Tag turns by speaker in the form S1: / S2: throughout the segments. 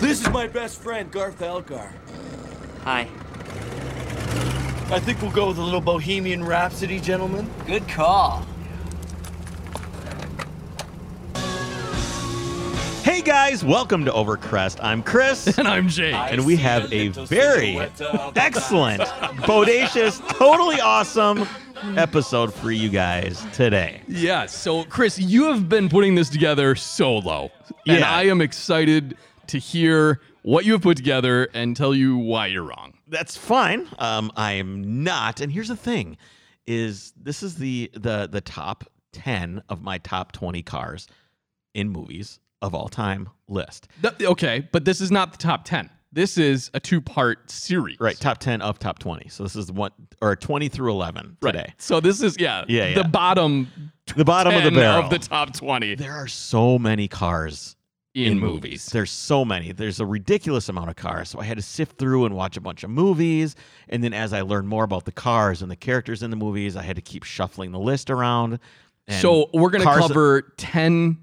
S1: this is my best friend, Garth Elgar.
S2: Hi.
S1: I think we'll go with a little Bohemian Rhapsody, gentlemen.
S2: Good call.
S3: Hey guys, welcome to Overcrest. I'm Chris,
S4: And I'm Jake.
S3: and we have a very excellent, bodacious, totally awesome episode for you guys today.
S4: yeah, so Chris, you have been putting this together solo. And
S3: Yeah.
S4: I am excited to hear what you have put together and tell you why you're wrong.
S3: That's fine. Um, I am not. And here's the thing: is this is the the the top ten of my top twenty cars in movies of all time list.
S4: Th- okay, but this is not the top 10. This is a two part series.
S3: Right, top ten of top twenty. So this is one or twenty through eleven
S4: Right.
S3: today.
S4: So this is, yeah,
S3: Yeah, yeah.
S4: the bottom
S3: The bottom of
S4: 10
S3: the barrel.
S4: of the top 20
S3: there are so many cars
S4: in, movies.
S3: There's so many. There's a ridiculous amount of cars. So I had to sift through and watch a bunch of movies. And then as I learned more about the cars and the characters in the movies, I had to keep shuffling the list around. And
S4: So we're going to
S3: cars-
S4: cover 10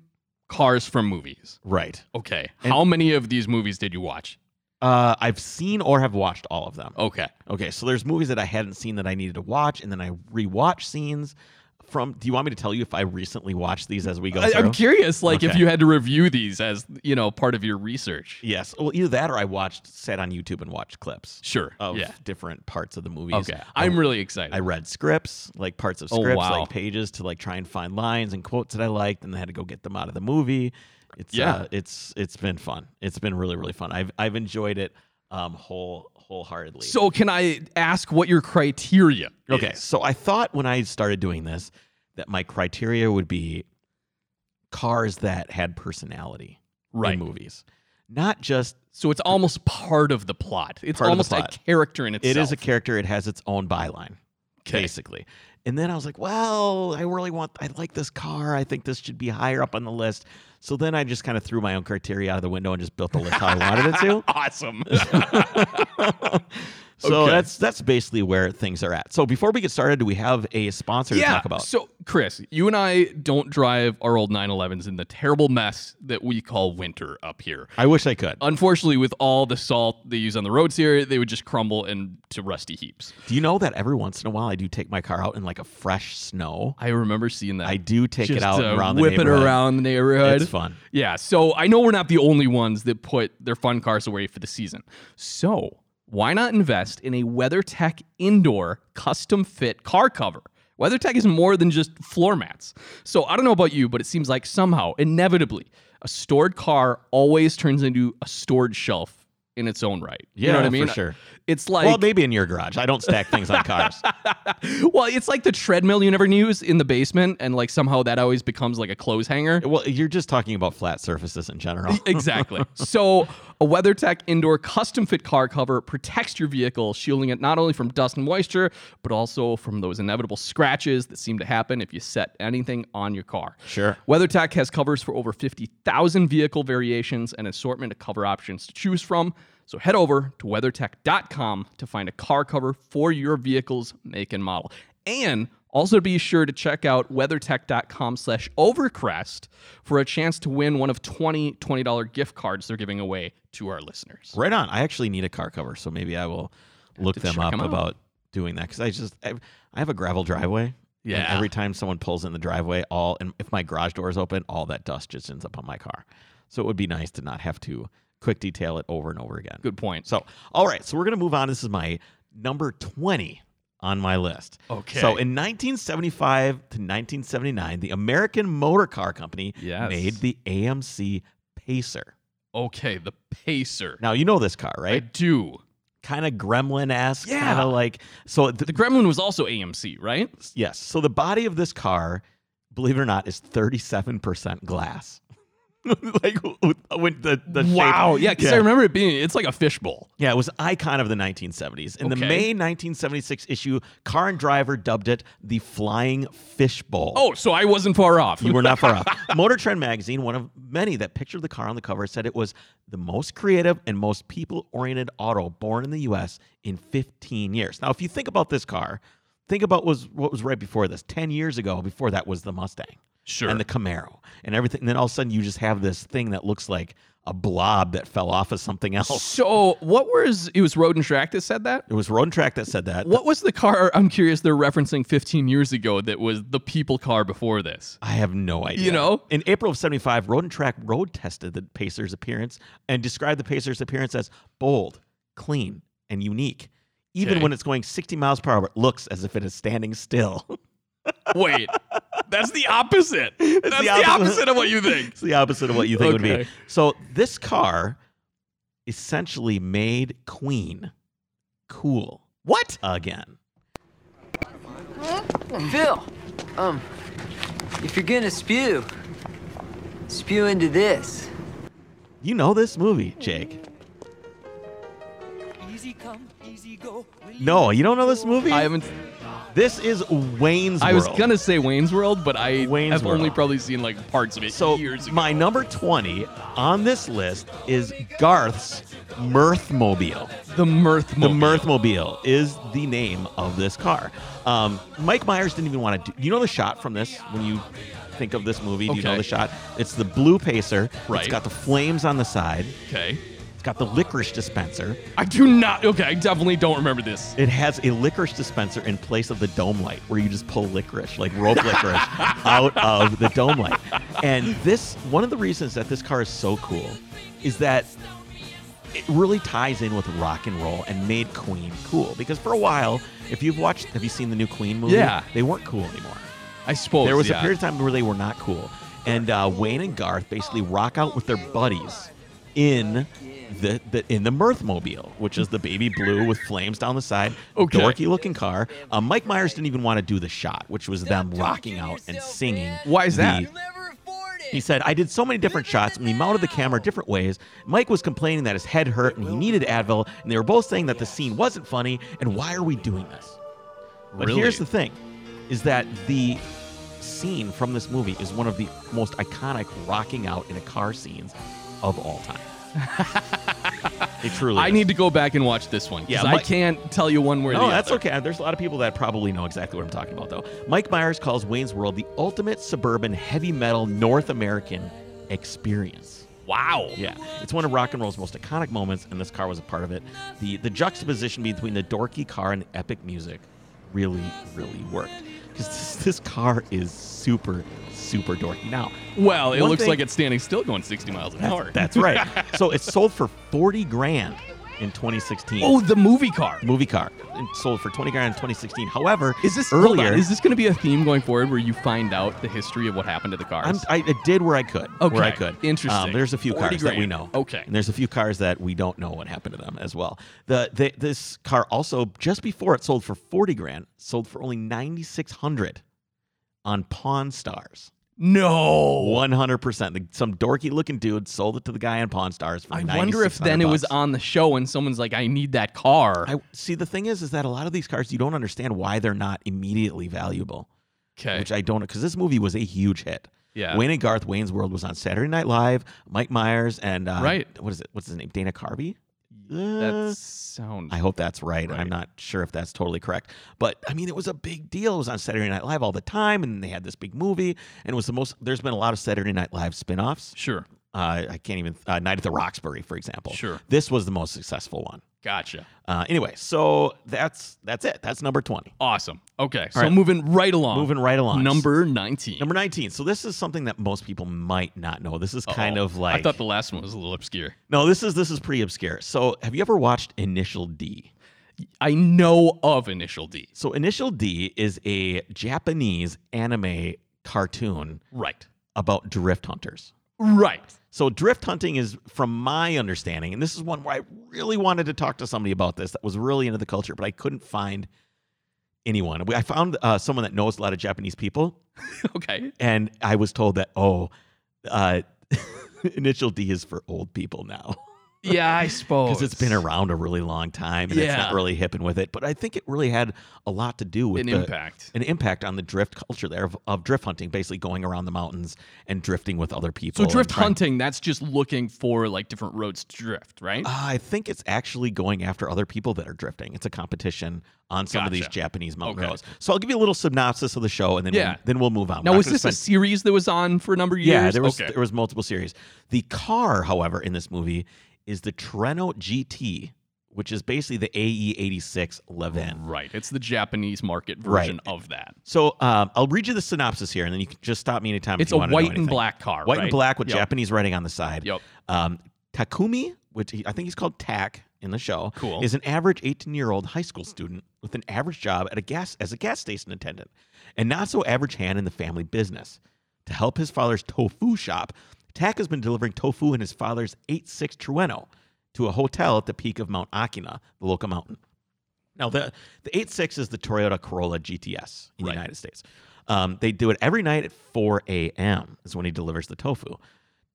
S4: cars from movies.
S3: Right.
S4: Okay. How many of these movies did you watch?
S3: Uh, I've seen or have watched all of them.
S4: Okay.
S3: Okay. So there's movies that I hadn't seen that I needed to watch, and then I rewatch scenes from. Do you want me to tell you if I recently watched these as we go
S4: I,
S3: through?
S4: I'm curious, like if
S3: Okay.
S4: you had to review these as you know part of your research.
S3: Yes. Well, either that or I watched, sat on YouTube and watched clips
S4: Sure.
S3: of
S4: yeah.
S3: different parts of the movies.
S4: Okay. I'm really excited.
S3: I read scripts, like parts of
S4: Oh,
S3: scripts,
S4: wow.
S3: like pages to like try and find lines and quotes that I liked, and I had to go get them out of the movie. It's
S4: Yeah.
S3: uh, it's it's been fun. It's been really really fun. I've I've enjoyed it um whole wholeheartedly.
S4: so can I ask what your criteria?
S3: okay,
S4: is?
S3: so I thought when I started doing this that my criteria would be cars that had personality
S4: Right.
S3: in movies, not just
S4: So it's almost part of the plot. It's
S3: Part of the
S4: almost
S3: plot.
S4: a character in itself.
S3: It is a character. It has its own byline,
S4: 'Kay.
S3: basically. And then I was like, well, I really want, I like this car. I think this should be higher up on the list. So then I just kind of threw my own criteria out of the window and just built the list how I wanted it to.
S4: awesome.
S3: So
S4: Okay.
S3: that's that's basically where things are at. So before we get started, do we have a sponsor to
S4: yeah.
S3: talk about?
S4: So Chris, you and I don't drive our old 911s in the terrible mess that we call winter up here.
S3: I wish I could.
S4: Unfortunately, with all the salt they use on the roads here, they would just crumble into rusty heaps.
S3: Do you know that every once in a while I do take my car out in like a fresh snow?
S4: I remember seeing that.
S3: I do take it
S4: Just,
S3: out
S4: uh,
S3: and around the
S4: whip it
S3: neighborhood.
S4: around the neighborhood.
S3: It's fun.
S4: Yeah, so I know we're not the only ones that put their fun cars away for the season. So why not invest in a WeatherTech indoor custom fit car cover? WeatherTech is more than just floor mats. So I don't know about you, but it seems like somehow, inevitably, a stored car always turns into a storage shelf in its own right. you
S3: Yeah,
S4: know what I
S3: for
S4: mean?
S3: sure.
S4: It's like
S3: well, maybe in your garage. I don't stack things on cars.
S4: well, it's like the treadmill you never use in the basement, and like somehow that always becomes like a clothes hanger.
S3: well, you're just talking about flat surfaces in general.
S4: exactly. So, a WeatherTech indoor custom fit car cover protects your vehicle, shielding it not only from dust and moisture, but also from those inevitable scratches that seem to happen if you set anything on your car.
S3: Sure.
S4: WeatherTech has covers for over 50,000 vehicle variations and assortment of cover options to choose from. So head over to weathertech.com to find a car cover for your vehicle's make and model. And also be sure to check out weathertech.com slash overcrest for a chance to win one of 20 $20 gift cards they're giving away to our listeners.
S3: Right on. I actually need a car cover, so maybe I will look them
S4: check
S3: up
S4: 'em out.
S3: about doing that because I just I, I have a gravel driveway. and
S4: Yeah.
S3: every time someone pulls in the driveway, all and if my garage door is open, all that dust just ends up on my car. So it would be nice to not have to quick detail it over and over again.
S4: Good point.
S3: So all right, so we're gonna move on. This is my number twenty on my list.
S4: Okay.
S3: So in 1975 to 1979, the American Motor Car Company
S4: Yes.
S3: made the AMC Pacer.
S4: Okay, the Pacer.
S3: Now you know this car,
S4: I
S3: right?
S4: do.
S3: kind of gremlin esque,
S4: Yeah.
S3: kind of like so. The,
S4: The Gremlin was also AMC, right?
S3: yes, so the body of this car, believe it or not, is thirty seven percent glass. like when the the shape-
S4: wow. Yeah, because I
S3: yeah.
S4: remember it being, it's like a fishbowl.
S3: Yeah, it was icon of the 1970s. In the
S4: Okay.
S3: May 1976 issue, Car and Driver dubbed it the Flying Fishbowl.
S4: Oh, so I wasn't far off.
S3: You were not far off. Motor Trend magazine, one of many that pictured the car on the cover, said it was the most creative and most people oriented auto born in the US in 15 years. Now, if you think about this car, think about was what was right before this. 10 years ago, before that was the Mustang.
S4: Sure.
S3: and the Camaro and everything. And then all of a sudden, you just have this thing that looks like a blob that fell off of something else.
S4: So what was it was Road and Track that said that?
S3: It was Road and Track that said that.
S4: What was the car? I'm curious. They're referencing 15 years ago that was the people car before this.
S3: I have no idea.
S4: You know?
S3: in April of 75, Road and Track road tested the Pacers' appearance and described the Pacers' appearance as bold, clean, and unique. Even
S4: Okay.
S3: when it's going 60 miles per hour, it looks as if it is standing still.
S4: Wait, that's the opposite. That's the opposite. of what you think.
S3: it's the opposite of what you think it would
S4: Okay.
S3: be. So this car essentially made Queen cool. What? Again.
S2: Phil, um, if you're gonna spew, spew into this.
S3: You know this movie, Jake.
S5: Easy come, easy go.
S3: No, you don't know this movie?
S4: I haven't.
S3: this is Wayne's
S4: I was
S3: World.
S4: gonna say Wayne's World, but I
S3: Wayne's
S4: have only
S3: World.
S4: probably seen like parts of it
S3: So
S4: years ago.
S3: my number 20 on this list is Garth's Mirthmobile.
S4: the Mirth.
S3: The Mirthmobile is the name of this car. Um, Mike Myers didn't even want to do. You know the shot from this when you think of this movie. Do you know
S4: Okay.
S3: the shot? It's the blue Pacer.
S4: Right.
S3: It's got the flames on the side.
S4: Okay.
S3: It's got the licorice dispenser.
S4: I do not. Okay, I definitely don't remember this.
S3: It has a licorice dispenser in place of the dome light, where you just pull licorice, like rope licorice, out of the dome light. And this, one of the reasons that this car is so cool, is that it really ties in with rock and roll and made Queen cool. Because for a while, if you've watched, have you seen the new Queen movie?
S4: Yeah.
S3: they weren't cool anymore.
S4: I suppose
S3: There was
S4: Oh, yeah.
S3: a period of time where they were not cool. And uh, Wayne and Garth basically rock out with their buddies in the, the in the Mirthmobile, which is the baby blue with flames down the side,
S4: Okay.
S3: dorky looking car. Uh, Mike Myers didn't even want to do the shot, which was them rocking out and singing.
S4: Why is that?
S3: the-
S5: You'll never afford it.
S3: he said, I did so many different shots and we mounted the camera different ways. Mike was complaining that his head hurt and he needed Advil, and they were both saying that the scene wasn't funny, and why are we doing this? But
S4: Really?
S3: here's the thing is that the scene from this movie is one of the most iconic rocking out in a car scenes of all time. it truly
S4: I
S3: is.
S4: need to go back and watch this one. 'cause
S3: Yeah,
S4: I
S3: Mike-
S4: can't tell you one where.
S3: No, that's okay. There's a lot of people that probably know exactly what I'm talking about, though. Mike Myers calls Wayne's World the ultimate suburban heavy metal North American experience.
S4: Wow.
S3: Yeah, it's one of rock and roll's most iconic moments, and this car was a part of it. The the juxtaposition between the dorky car and the epic music really, really worked. Because this, this car is super, super dorky. Now,
S4: Well, it
S3: One
S4: looks
S3: thing-
S4: like it's standing still, going 60 miles an hour.
S3: that's right. so it sold for 40 grand in 2016.
S4: oh, the movie car.
S3: Movie car It sold for 20 grand in 2016. However,
S4: Is this hold on,
S3: earlier?
S4: is this going to be a theme going forward where you find out the history of what happened to the cars?
S3: I'm, I, I did where I could. Where I
S4: Okay,
S3: could.
S4: interesting.
S3: Um, there's a few
S4: 40
S3: cars that we
S4: grand.
S3: know.
S4: Okay.
S3: And there's a few cars that we don't know what happened to them as well. The, the this car also just before it sold for forty grand, sold for only ninety six hundred on Pawn Stars.
S4: no.
S3: One hundred percent. Some dorky looking dude sold it to the guy on Pawn Stars for.
S4: I wonder if
S3: 9,600
S4: then it was
S3: bucks.
S4: on the show and someone's like, I need that car.
S3: I see. The thing is, is that a lot of these cars you don't understand why they're not immediately valuable.
S4: okay.
S3: which I don't because this movie was a huge hit.
S4: Yeah.
S3: Wayne and Garth Wayne's World was on Saturday Night Live. Mike Myers and uh,
S4: Right.
S3: what is it? What's his name? Dana Carvey. Uh,
S4: that sounds.
S3: I hope that's right.
S4: Right.
S3: I'm not sure if that's totally correct, but I mean, it was a big deal. It was on Saturday Night Live all the time, and they had this big movie, and it was the most. There's been a lot of Saturday Night Live spin-offs.
S4: sure.
S3: Uh, I can't even uh, Night at the Roxbury, for example.
S4: Sure.
S3: This was the most successful one.
S4: Gotcha.
S3: Uh, anyway, so that's that's it. That's number twenty.
S4: Awesome. Okay. So
S3: right.
S4: moving right along.
S3: Moving right along.
S4: Number 19.
S3: Number 19. So this is something that most people might not know. This is
S4: Uh-oh.
S3: kind of like
S4: I thought the last one was a little obscure.
S3: No, this is this is pretty obscure. So have you ever watched Initial D?
S4: I know of Initial D.
S3: So Initial D is a Japanese anime cartoon
S4: Right.
S3: about drift hunters.
S4: Right.
S3: So drift hunting is from my understanding and this is one where I really wanted to talk to somebody about this that was really into the culture but I couldn't find anyone. I found uh, someone that knows a lot of Japanese people
S4: Okay.
S3: and I was told that oh, uh, Initial D is for old people now.
S4: yeah, I suppose.
S3: because it's been around a really long time and it's not
S4: Yeah.
S3: really hipping with it. But I think it really had a lot to do with
S4: An
S3: the-
S4: impact.
S3: an impact on the drift culture there of, of drift hunting, basically going around the mountains and drifting with other
S4: So
S3: people. and
S4: drift
S3: trying-
S4: hunting, that's just looking for like different roads to drift, right?
S3: Uh, I think it's actually going after other people that are drifting. It's a competition on some of these
S4: Gotcha.
S3: Japanese mountain
S4: Okay.
S3: roads. So I'll give you a little synopsis of the show, and then
S4: Yeah.
S3: we'll, then we'll move on.
S4: now
S3: We're not
S4: was
S3: gonna
S4: this a
S3: spend-
S4: series that was on for a number of years?
S3: Yeah, there was
S4: okay.
S3: there was multiple series. The car, however, in this movie is the Treno GT, which is basically the AE86 Levin.
S4: right. It's the Japanese market version of that.
S3: So um, I'll read you the synopsis here, and then you can just stop me anytime.
S4: It's
S3: if you
S4: a
S3: want to know
S4: white and
S3: anything.
S4: black car.
S3: white
S4: right?
S3: and black with
S4: Yep.
S3: Japanese writing on the side.
S4: Yep.
S3: Um, Takumi, which he, I think he's called Tak in the show,
S4: Cool.
S3: is an average 18-year-old high school student with an average job at a gas as a gas station attendant, and not so average hand in the family business. To help his father's tofu shop, Tak has been delivering tofu in his father's 8-6 Trueno to a hotel at the peak of Mount Akina, the local mountain. Now the the eight six is the Toyota Corolla GTS in the
S4: Right.
S3: United States. Um, they do it every night at 4 a.m. is when he delivers the tofu.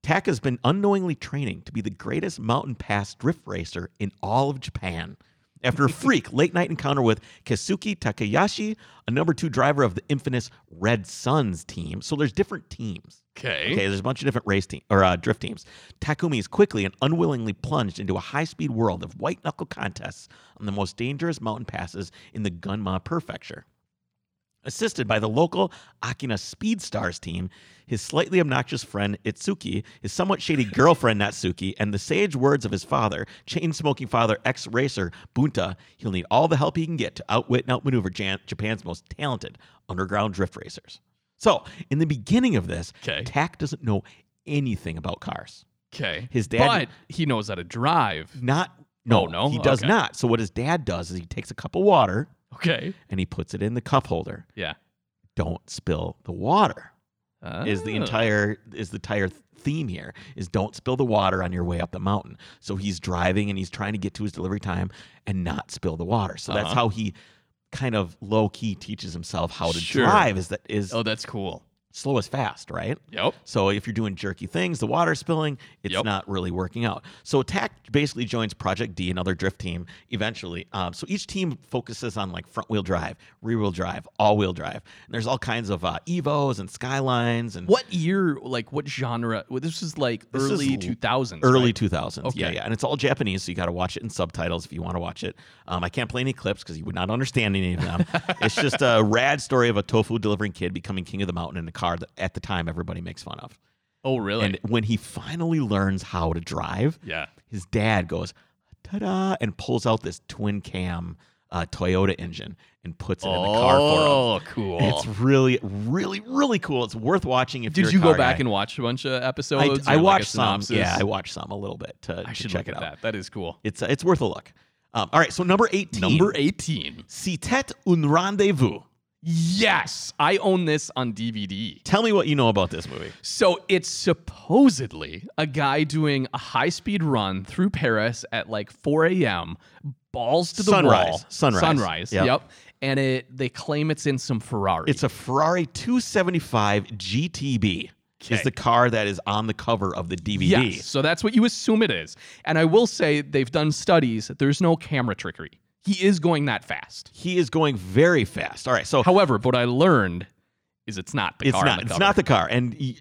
S3: Tak has been unknowingly training to be the greatest mountain pass drift racer in all of Japan. After a freak late night encounter with Kesuke Takayashi, a number two driver of the infamous Red Suns team. So there's different teams.
S4: Okay.
S3: Okay, there's a bunch of different race team or uh, drift teams. Takumi is quickly and unwillingly plunged into a high-speed world of white knuckle contests on the most dangerous mountain passes in the Gunma Prefecture. Assisted by the local Akina Speed Stars team, his slightly obnoxious friend Itsuki, his somewhat shady girlfriend Natsuki, and the sage words of his father, chain smoking father, ex racer Bunta, he'll need all the help he can get to outwit and outmaneuver Jan- Japan's most talented underground drift racers. So, in the beginning of this,
S4: Okay.
S3: Tak doesn't know anything about cars.
S4: Okay.
S3: His
S4: But
S3: dad-
S4: he knows how to drive.
S3: Not,
S4: Oh,
S3: no,
S4: no?
S3: he does
S4: Okay.
S3: not. So, what his dad does is he takes a cup of water
S4: Okay.
S3: and he puts it in the cup holder.
S4: Yeah.
S3: Don't spill the water. is the
S4: Ah.
S3: entire is the entire theme here is don't spill the water on your way up the mountain. So he's driving and he's trying to get to his delivery time and not spill the water. So that's
S4: Uh-huh.
S3: how he kind of low key teaches himself how to
S4: Sure.
S3: drive is that is
S4: Oh, that's cool.
S3: slow is fast, right?
S4: Yep.
S3: So if you're doing jerky things, the water spilling, it's
S4: Yep.
S3: not really working out. So TAC basically joins Project D, another drift team, eventually. Um, so each team focuses on like front wheel drive, rear wheel drive, all wheel drive. And there's all kinds of uh, Evos and Skylines and
S4: What year? Like what genre? Well, this is like
S3: This is
S4: early
S3: l-
S4: two thousands.
S3: early 2000s. Yeah,
S4: Okay.
S3: yeah. And it's all Japanese, so you got to watch it in subtitles if you want to watch it. Um, I can't play any clips because you would not understand any of them. it's just a rad story of a tofu delivering kid becoming king of the mountain in a car that at the time everybody makes fun of.
S4: Oh, really?
S3: And when he finally learns how to drive,
S4: yeah.
S3: his dad goes, ta da, and pulls out this twin cam uh, Toyota engine and puts it in the car for him.
S4: Oh, cool.
S3: And It's really, really, really cool. It's worth watching if
S4: Did
S3: you're a
S4: you go
S3: car
S4: back
S3: guy.
S4: and watch a bunch of
S3: I,
S4: episodes?
S3: I
S4: or, like, a
S3: watched some.
S4: synopsis?
S3: Yeah, I watched some a little bit to,
S4: I
S3: to
S4: should
S3: check
S4: look
S3: it
S4: at
S3: out.
S4: that. That is cool.
S3: It's uh, it's worth a look. Um, all right, so number eighteen.
S4: Number eighteen.
S3: Citette un rendezvous.
S4: Yes, I own this on DVD.
S3: Tell me what you know about this movie.
S4: So it's supposedly a guy doing a high speed run through Paris at like 4 a.m. Balls to the
S3: Sunrise.
S4: wall.
S3: Sunrise.
S4: Sunrise.
S3: Yep.
S4: Yep. And it they claim it's in some Ferrari.
S3: It's a Ferrari 275 GTB. Is
S4: Okay.
S3: the car that is on the cover of the DVD.
S4: Yes. So that's what you assume it is. And I will say they've done studies that there's no camera trickery. He is going that fast.
S3: He is going very fast. All right, so
S4: However, what I learned is it's not the
S3: it's
S4: car. on
S3: not
S4: the
S3: it's
S4: cover.
S3: not the car, and y-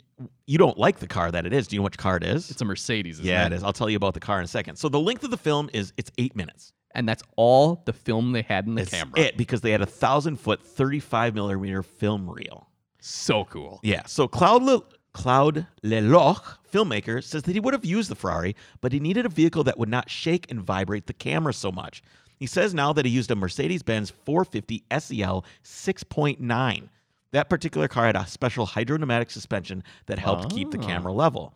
S3: you don't like the car that it is. Do you know which car it is?
S4: It's a Mercedes. Isn't
S3: yeah, it is. I'll tell you about the car in a second. So the length of the film is it's eight minutes.
S4: And that's all the film they had in the
S3: It's
S4: camera.
S3: it because they had a thousand foot, thirty five millimeter film reel.
S4: So cool.
S3: Yeah. So Cloud Le- Cloud Leloch, filmmaker, says that he would have used the Ferrari, but he needed a vehicle that would not shake and vibrate the camera so much. He says now that he used a Mercedes Benz 450 SEL 6.9. That particular car had a special hydropneumatic suspension that helped keep the
S4: Ah.
S3: camera level.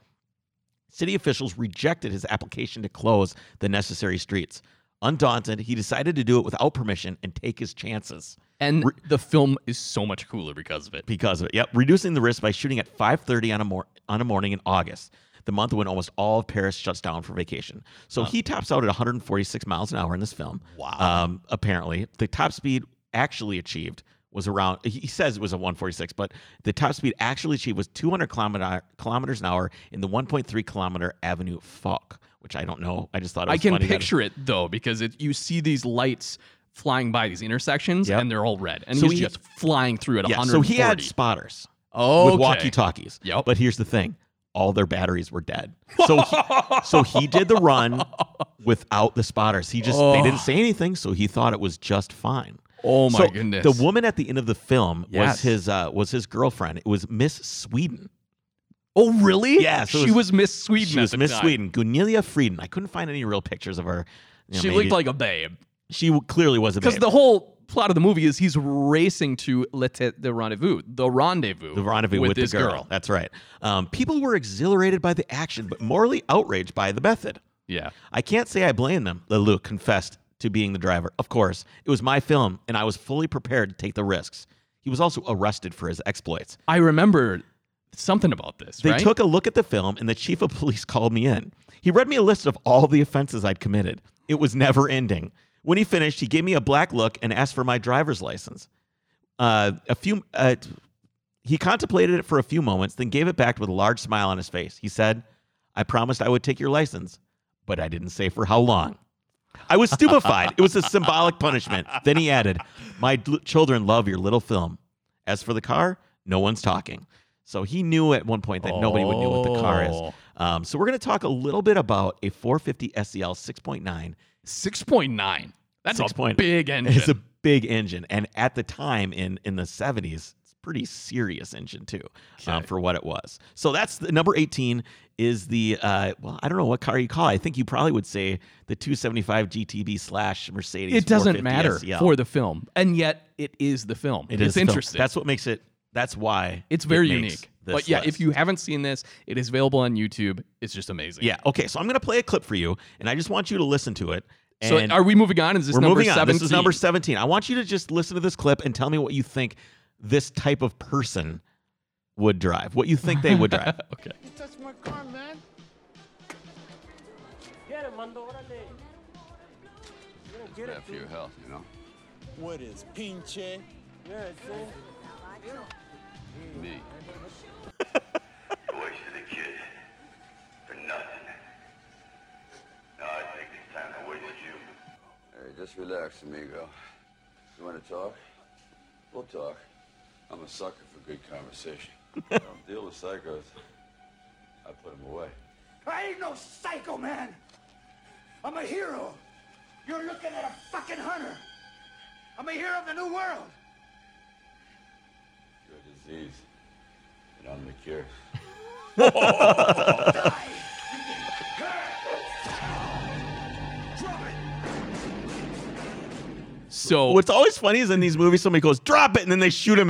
S3: City officials rejected his application to close the necessary streets. Undaunted, he decided to do it without permission and take his chances
S4: And the film is so much cooler because of it.
S3: because of it. Yep, reducing the risk by shooting at 5:30 on a mor- on a morning in August, the month when almost all of Paris shuts down for vacation. So he tops out at 146 miles an hour in this film. Wow. Um, apparently, the top speed actually achieved was around. He he says it was a 146, but the top speed actually achieved was 200 kilometer, kilometers an hour in the 1.3 kilometer Avenue Falk, which I don't know. I just thought it
S4: I
S3: was
S4: can
S3: funny that-
S4: picture it though because it, you see these lights flying by these intersections
S3: Yep.
S4: and they're all red, and
S3: So
S4: he's
S3: he-
S4: just flying through at
S3: Yeah,
S4: 140.
S3: so he had spotters
S4: oh,
S3: with walkie-talkies.
S4: Yep.
S3: But here's the thing. All their batteries were dead. So he, so he did the run without the spotters. He just they didn't say anything, so he thought it was just fine.
S4: Oh my
S3: So
S4: goodness!
S3: The woman at the end of the film
S4: Yes.
S3: was his uh, was his girlfriend. It was Miss Sweden.
S4: Oh really?
S3: Yeah, so it
S4: she
S3: was-
S4: was Miss Sweden.
S3: she
S4: at
S3: was
S4: the
S3: Miss
S4: time.
S3: Sweden, Gunelia Frieden. I couldn't find any real pictures of her. You know,
S4: She
S3: maybe-
S4: looked like a babe.
S3: she w- clearly was a
S4: Because
S3: babe.
S4: the whole plot of the movie is he's racing to Le Te- the rendezvous, the rendezvous,
S3: the rendezvous with,
S4: this
S3: the girl. That's right. Um, people were exhilarated by the action, but morally outraged by the method.
S4: Yeah.
S3: I can't say I blame them. Lelouch confessed to being the driver. Of course, it was my film, and I was fully prepared to take the risks. He was also arrested for his exploits.
S4: I remember something about this.
S3: They
S4: right?
S3: took a look at the film, and the chief of police called me in. He read me a list of all the offenses I'd committed. It was never ending. When he finished, he gave me a black look and asked for my driver's license. Uh, a few, uh, he contemplated it for a few moments, then gave it back with a large smile on his face. He said, "I promised I would take your license, but I didn't say for how long." I was stupefied. it was a symbolic punishment. Then he added, "My d- children love your little film. As for the car, no one's talking." So he knew at one point that nobody would know what the car
S4: Oh.
S3: is. Um, so we're going to talk a little bit about a 450 SEL 6.9
S4: six point nine. That's
S3: Six
S4: a
S3: point-
S4: big engine.
S3: It's a big engine, and at the time in in the seventies, it's a pretty serious engine too, um, for what it was. So that's the number eighteen is the uh, well, I don't know what car you call. it. I think you probably would say the two seventy five GTB slash Mercedes.
S4: it doesn't
S3: 450
S4: matter
S3: SEL.
S4: for the film, and yet it is the film.
S3: It
S4: it's
S3: is the film.
S4: interesting.
S3: That's what makes it. That's why
S4: it's
S3: it
S4: very
S3: makes
S4: unique.
S3: this
S4: But yeah, if
S3: list.
S4: you haven't seen this, it is available on YouTube. It's just amazing.
S3: yeah okay, so I'm gonna play a clip for you, and I just want you to listen to it.
S4: So
S3: and-
S4: are we moving on? Is this
S3: We're
S4: number
S3: moving on.
S4: seven?
S3: This is number 17. I want you to just listen to this clip and tell me what you think this type of person would drive, what you think they would drive.
S4: Okay.
S6: That's my car, man.
S7: Get him, Mando. What are they? You're gonna get it, dude.
S6: health, you know?
S1: What is pinche?
S7: Yeah, see?
S6: Me.
S8: wasted a kid for nothing. Now I think it's time to waste you.
S6: Hey, just relax, amigo. You want to talk? We'll talk. I'm a sucker for good conversation. I don't deal with psychos. I put them away.
S8: I ain't no psycho man. I'm a hero. You're looking at a fucking hunter. I'm a hero of the new world.
S6: You're a disease, and I'm the cure.
S4: So
S3: What's always funny is in these movies, somebody goes, drop it, and then they shoot him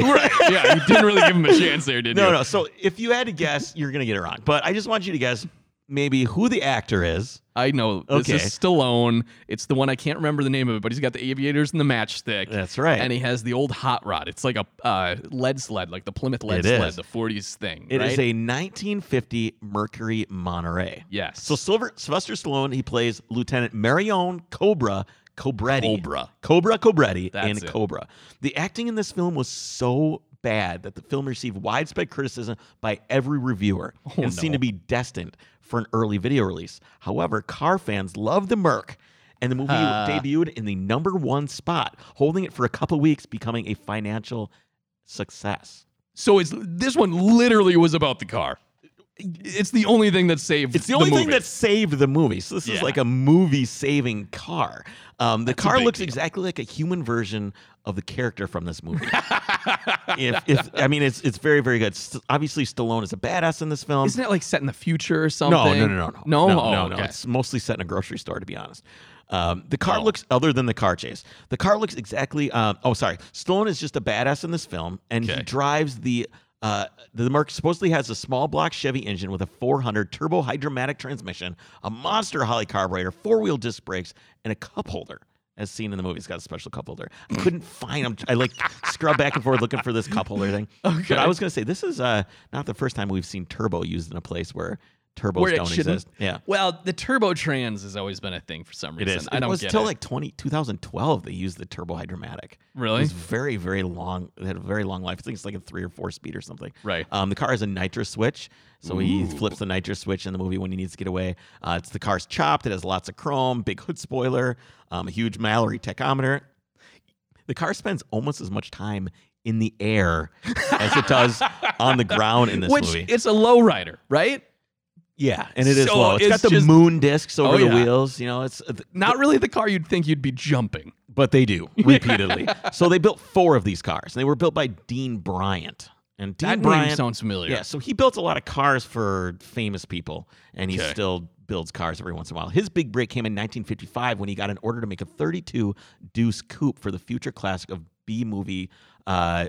S4: yeah, you didn't really give him a chance there, did
S3: no,
S4: you?
S3: no. So if you had to guess, you're going to get it wrong. But I just want you to guess maybe who the actor is.
S4: I know.
S3: Okay.
S4: This is Stallone. It's the one I can't remember the name of it, but he's got the aviators and the matchstick.
S3: That's right.
S4: And he has the old hot rod. It's like a uh, lead sled, like the Plymouth lead
S3: It
S4: sled,
S3: is.
S4: the 40s thing.
S3: It is
S4: right?
S3: a 1950 Mercury Monterey.
S4: Yes.
S3: So Silver, Sylvester Stallone, he plays Lieutenant Marion Cobra Cobretti.
S4: Cobra.
S3: Cobra Cobretti
S4: That's
S3: in
S4: it.
S3: Cobra. The acting in this film was so bad that the film received widespread criticism by every reviewer
S4: Oh,
S3: and seemed to be destined for an early video release. However, car fans loved the Merc. And the movie
S4: Uh.
S3: debuted in the number one spot, holding it for a couple weeks, becoming a financial success.
S4: So it's this one literally was about the car. It's the only thing that saved.
S3: It's the only thing
S4: movie.
S3: that saved the movie. So this
S4: Yeah.
S3: is like a movie-saving car. Um, the
S4: That's a
S3: car
S4: big
S3: looks
S4: deal.
S3: exactly like a human version of the character from this movie. if, if I mean, it's it's very very good. S- obviously, Stallone is a badass in this film.
S4: Isn't it like set in the future or something?
S3: no, no, no, no,
S4: no,
S3: no, no,
S4: Oh,
S3: no, no.
S4: okay. Oh.
S3: It's mostly set in a grocery store, to be honest. Um, the car looks other than the car chase. The car looks exactly. Um, oh, sorry. Stallone is just a badass in this film, and
S4: Okay.
S3: he drives the. Uh, the Merc supposedly has a small block Chevy engine with a 400 turbo hydromatic transmission, a monster Holly carburetor, four wheel disc brakes, and a cup holder, as seen in the movie. It's got a special cup holder. I couldn't find. I'm, I like scrub back and forth looking for this cup holder thing.
S4: Okay.
S3: But I was gonna say this is uh, not the first time we've seen turbo used in a place where turbos
S4: where it
S3: don't
S4: shouldn't.
S3: exist. Yeah.
S4: Well, the turbotrans has always been a thing for some
S3: It
S4: reason.
S3: is.
S4: I
S3: it
S4: don't
S3: was
S4: get
S3: till
S4: it.
S3: like 20, 2012 they used the turbo hydromatic.
S4: Really?
S3: It was very, very long. It had a very long life. I think it's like a three or four speed or something.
S4: Right.
S3: Um, the car has a nitrous switch. So he flips the nitrous switch in the movie when he needs to get away. Uh, it's the car's chopped. It has lots of chrome, big hood spoiler, um, a huge Mallory tachometer. The car spends almost as much time in the air as it does on the ground in this
S4: which
S3: movie.
S4: it's a lowrider, right?
S3: yeah, and it is
S4: So
S3: low. It's got
S4: it's
S3: the
S4: just-
S3: moon discs over
S4: Oh,
S3: the
S4: yeah.
S3: wheels. You know, it's uh,
S4: Not really the car you'd think you'd be jumping.
S3: but they do repeatedly. so they built four of these cars, and they were built by Dean Bryant. And Dean
S4: That name
S3: Bryant
S4: sounds familiar.
S3: Yeah, so he built a lot of cars for famous people, and he
S4: Okay.
S3: still builds cars every once in a while. His big break came in 1955 when he got an order to make a 32 Deuce Coupe for the future classic of B movie. Uh,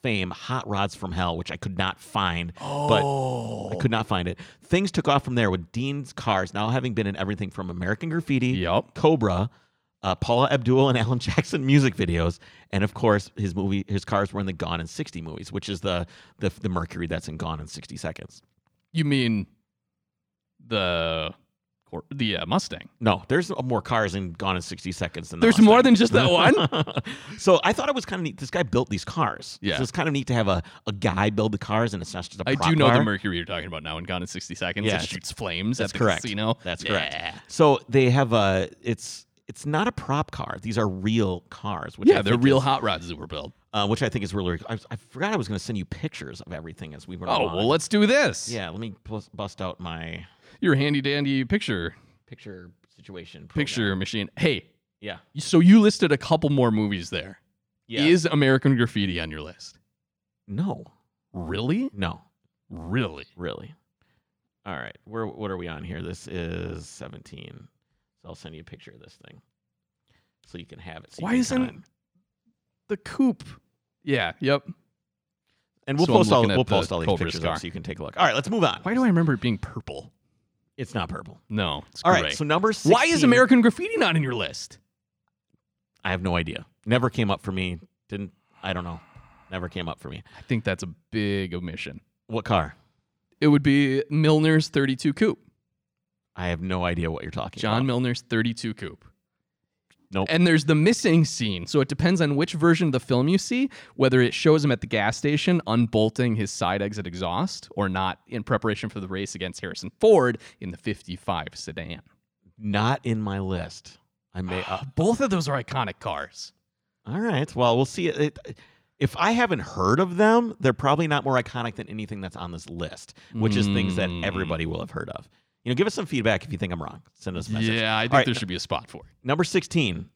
S3: Fame, Hot Rods from Hell, which I could not find, but I
S4: Oh.
S3: could not find it. Things took off from there with Dean's cars now having been in everything from American Graffiti,
S4: Yup.
S3: Cobra, uh, Paula Abdul and Alan Jackson music videos, and of course his movie, his cars were in the Gone in sixty movies, which is the the, the Mercury that's in Gone in sixty seconds.
S4: You mean the cor- the uh, Mustang?
S3: No, there's more cars in Gone in sixty seconds than the
S4: There's
S3: Mustang.
S4: more than just that one.
S3: so I thought it was kind of neat. This guy built these cars.
S4: Yeah.
S3: so it's kind of neat to have a, a guy build the cars, and it's not just a
S4: I
S3: prop
S4: do know the
S3: car.
S4: Mercury you're talking about now in Gone in 60 Seconds.
S3: Yeah,
S4: it
S3: it's-
S4: shoots flames
S3: That's
S4: at the
S3: correct.
S4: casino.
S3: That's correct.
S4: Yeah.
S3: So they have a it's it's not a prop car. These are real cars. Which I
S4: Yeah, they're
S3: think
S4: real
S3: is-
S4: hot rods that were built.
S3: uh, which I think is really. I, I forgot I was going to send you pictures of everything as we went
S4: Oh,
S3: along.
S4: well, let's do this.
S3: Yeah, let me plus bust out my
S4: Your handy dandy picture
S3: picture situation. program.
S4: picture machine. Hey,
S3: Yeah.
S4: so you listed a couple more movies there. Is
S3: Yeah.
S4: American Graffiti on your list?
S3: no,
S4: Really?
S3: no,
S4: Really?
S3: really. All right, where what are we on here? This is seventeen. So I'll send you a picture of this thing, so you can have it. So you
S4: Why
S3: can
S4: isn't-
S3: comment.
S4: The coupe. Yeah. Yep.
S3: And we'll
S4: So I'm
S3: post all
S4: looking at
S3: we'll
S4: the
S3: post all these
S4: Cobra's
S3: pictures
S4: car.
S3: up so you can take a look. All right, let's move on.
S4: Why do I remember it being purple?
S3: It's not purple.
S4: No. It's
S3: All
S4: gray.
S3: right, so number. 16,
S4: why is American Graffiti not in your list?
S3: I have no idea. Never came up for me. Didn't. I don't know. Never came up for me.
S4: I think that's a big omission.
S3: What car?
S4: It would be Milner's 32 Coupe.
S3: I have no idea what you're talking
S4: John
S3: about.
S4: Milner's 32 Coupe.
S3: Nope.
S4: And there's the missing scene. So it depends on which version of the film you see, whether it shows him at the gas station unbolting his side exit exhaust or not in preparation for the race against Harrison Ford in the 55 sedan.
S3: Not in my list. I may. Uh,
S4: Both of those are iconic cars.
S3: all right. Well, we'll see. It, it- if I haven't heard of them, they're probably not more iconic than anything that's on this list, which is things that
S4: Mm.
S3: everybody will have heard of. You know, give us some feedback if you think I'm wrong. Send us a message.
S4: Yeah, I think
S3: All right,
S4: there should be a spot for it.
S3: number sixteen.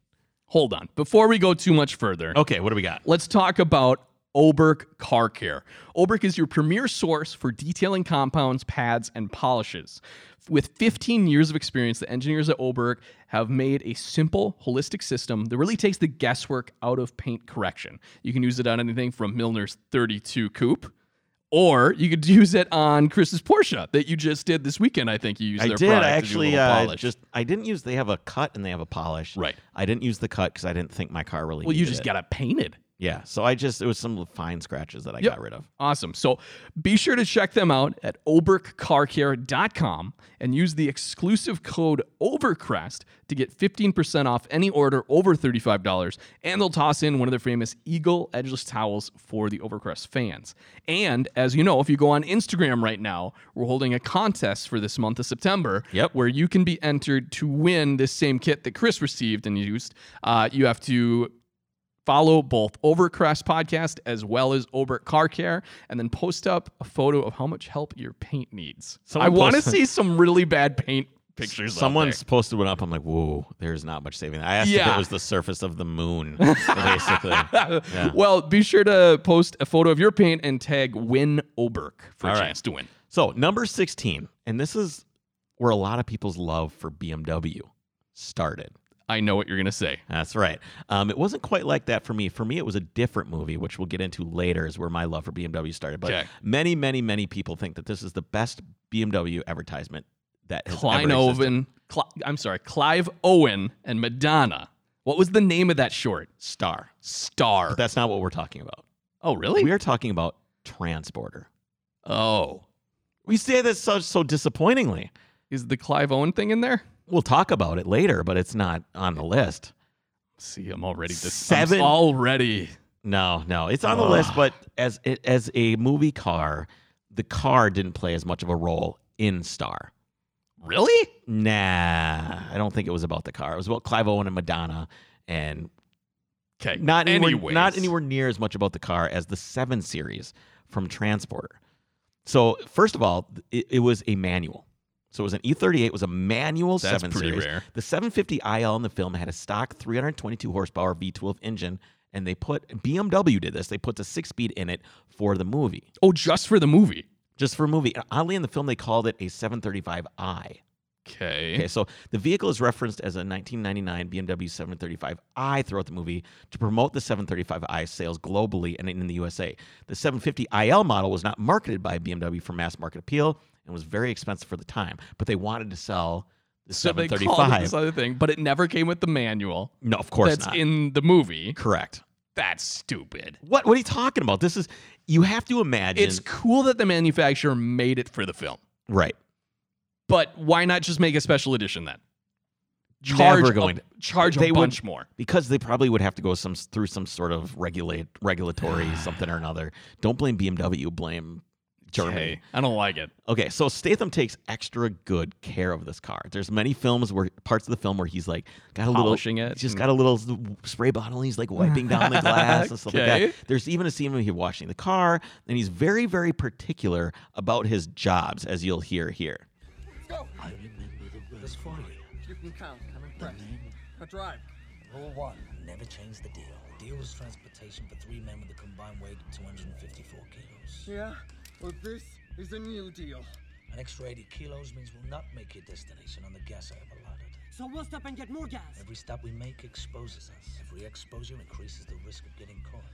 S4: Hold on. Before we go too much further,
S3: Okay, what do we got?
S4: let's talk about Oberk Car Care. Oberk is your premier source for detailing compounds, pads, and polishes. With 15 years of experience, the engineers at Oberk have made a simple, holistic system that really takes the guesswork out of paint correction. You can use it on anything from Milner's 32 Coupe. Or you could use it on Chris's Porsche that you just did this weekend. I think you used
S3: I
S4: their
S3: did.
S4: product
S3: I
S4: to do a
S3: actually
S4: little
S3: uh,
S4: polish.
S3: just I didn't use. They have a cut and they have a polish.
S4: Right.
S3: I didn't use the cut because I didn't think my car really.
S4: well, you
S3: needed
S4: just
S3: it.
S4: got it painted.
S3: Yeah. So I just it was some fine scratches that I
S4: Yep.
S3: got rid of.
S4: Awesome. So be sure to check them out at oberkcarcare.com and use the exclusive code OVERCREST to get 15% off any order over $35. And they'll toss in one of their famous Eagle Edgeless towels for the Overcrest fans. And as you know, if you go on Instagram right now, we're holding a contest for this month of September
S3: Yep.
S4: where you can be entered to win this same kit that Chris received and used. Uh, you have to follow both Overcrest Podcast as well as Obert Car Care, and then post up a photo of how much help your paint needs. So I
S3: Someone
S4: want to
S3: post-
S4: see some really bad paint pictures. out
S3: Someone's
S4: there.
S3: posted one up. I'm like, whoa, there's not much saving. I asked if
S4: Yeah.
S3: it was the surface of the moon, basically. Yeah.
S4: Uh, Well, be sure to post a photo of your paint and tag Win Oberk for
S3: All
S4: a
S3: right.
S4: chance to win.
S3: So number 16, and this is where a lot of people's love for BMW started.
S4: I know what you're gonna say.
S3: That's right. Um, it wasn't quite like that for me. For me, it was a different movie, which we'll get into later, is where my love for BMW started. But
S4: Okay.
S3: many, many, many people think that this is the best BMW advertisement that has
S4: Klein
S3: ever existed.
S4: Owen, Cl- I'm sorry, Clive Owen and Madonna. What was the name of that short?
S3: Star.
S4: Star.
S3: But that's not what we're talking about.
S4: oh, really?
S3: We are talking about Transporter.
S4: oh,
S3: We say this so, so disappointingly.
S4: Is the Clive Owen thing in there?
S3: We'll talk about it later, but it's not on the list.
S4: See, I'm already dis-
S3: Seven-
S4: I'm already.
S3: No, no, it's on the list, but as it, as a movie car, the car didn't play as much of a role in Star.
S4: Really?
S3: Nah, I don't think it was about the car. It was about Clive Owen and Madonna, and
S4: Okay.
S3: not anywhere,
S4: Anyways.
S3: not anywhere near as much about the car as the Seven series from Transporter. So first of all, it, it was a manual. So it was an E38. It was a manual
S4: That's
S3: Seven
S4: pretty
S3: series.
S4: rare.
S3: The 750 IL in the film had a stock 322 horsepower V12 engine, and they put BMW did this. They put the six-speed in it for the movie,
S4: Oh, just for the movie.
S3: just for a movie. And oddly, in the film, they called it a 735i.
S4: Okay.
S3: Okay, so the vehicle is referenced as a 1999 BMW 735i throughout the movie to promote the 735i sales globally and in the USA. The 750iL model was not marketed by BMW for mass market appeal and was very expensive for the time, but they wanted to sell the
S4: So they called it
S3: 735.
S4: this other thing, but it never came with the manual.
S3: no, of course
S4: that's
S3: not.
S4: in the movie.
S3: Correct.
S4: That's stupid.
S3: What what are you talking about? This is you have to imagine
S4: It's cool that the manufacturer made it for the film,
S3: right.
S4: but why not just make a special edition then?
S3: Never
S4: Charge
S3: going
S4: a, charge
S3: They
S4: a
S3: would-
S4: bunch more.
S3: because they probably would have to go some through some sort of regulate regulatory something or another. Don't blame BMW, blame Germany.
S4: Hey, I don't like it.
S3: Okay, so Statham takes extra good care of this car. There's many films where parts of the film where he's like got a little
S4: Polishing it
S3: he's just
S4: and-
S3: got a little s- spray bottle. and He's like wiping down the glass and stuff like
S4: Okay.
S3: that. There's even a scene when he's washing the car, and he's very very particular about his jobs, as you'll hear here.
S5: You can count. I'm impressed. Now drive.
S9: Rule one, never change the deal. Deal was transportation for three men with a combined weight of 254 kilos.
S5: Yeah. Well, this is a new deal.
S9: An extra 80 kilos means we'll not make your destination on the gas I have allotted.
S7: So we'll stop and get more gas.
S9: Every stop we make exposes us. Every exposure increases the risk of getting caught.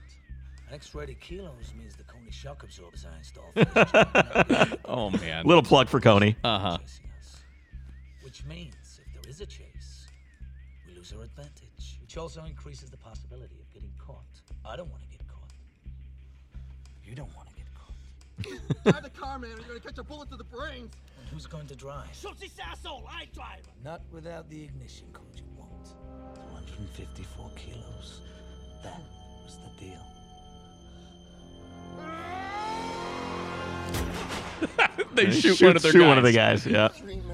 S9: An extra 80 kilos means the Coney shock absorbers I installed for this job are not
S4: Oh man.
S3: Little plug for Coney.
S4: uh,
S9: chasing us. Which means if there is a chase, we lose our advantage, which also increases the possibility of getting caught. I don't want to get caught. You don't want to get caught.
S5: drive the car, man. You're gonna catch a bullet to the brains.
S9: And who's going to drive?
S7: Shut this asshole! I drive!
S9: Not without the ignition code you won't. 254 kilos. That was the deal.
S4: they shoot,
S3: shoot
S4: one of their
S3: shoot
S4: guys.
S3: one of the guys. Yeah.
S5: Three men.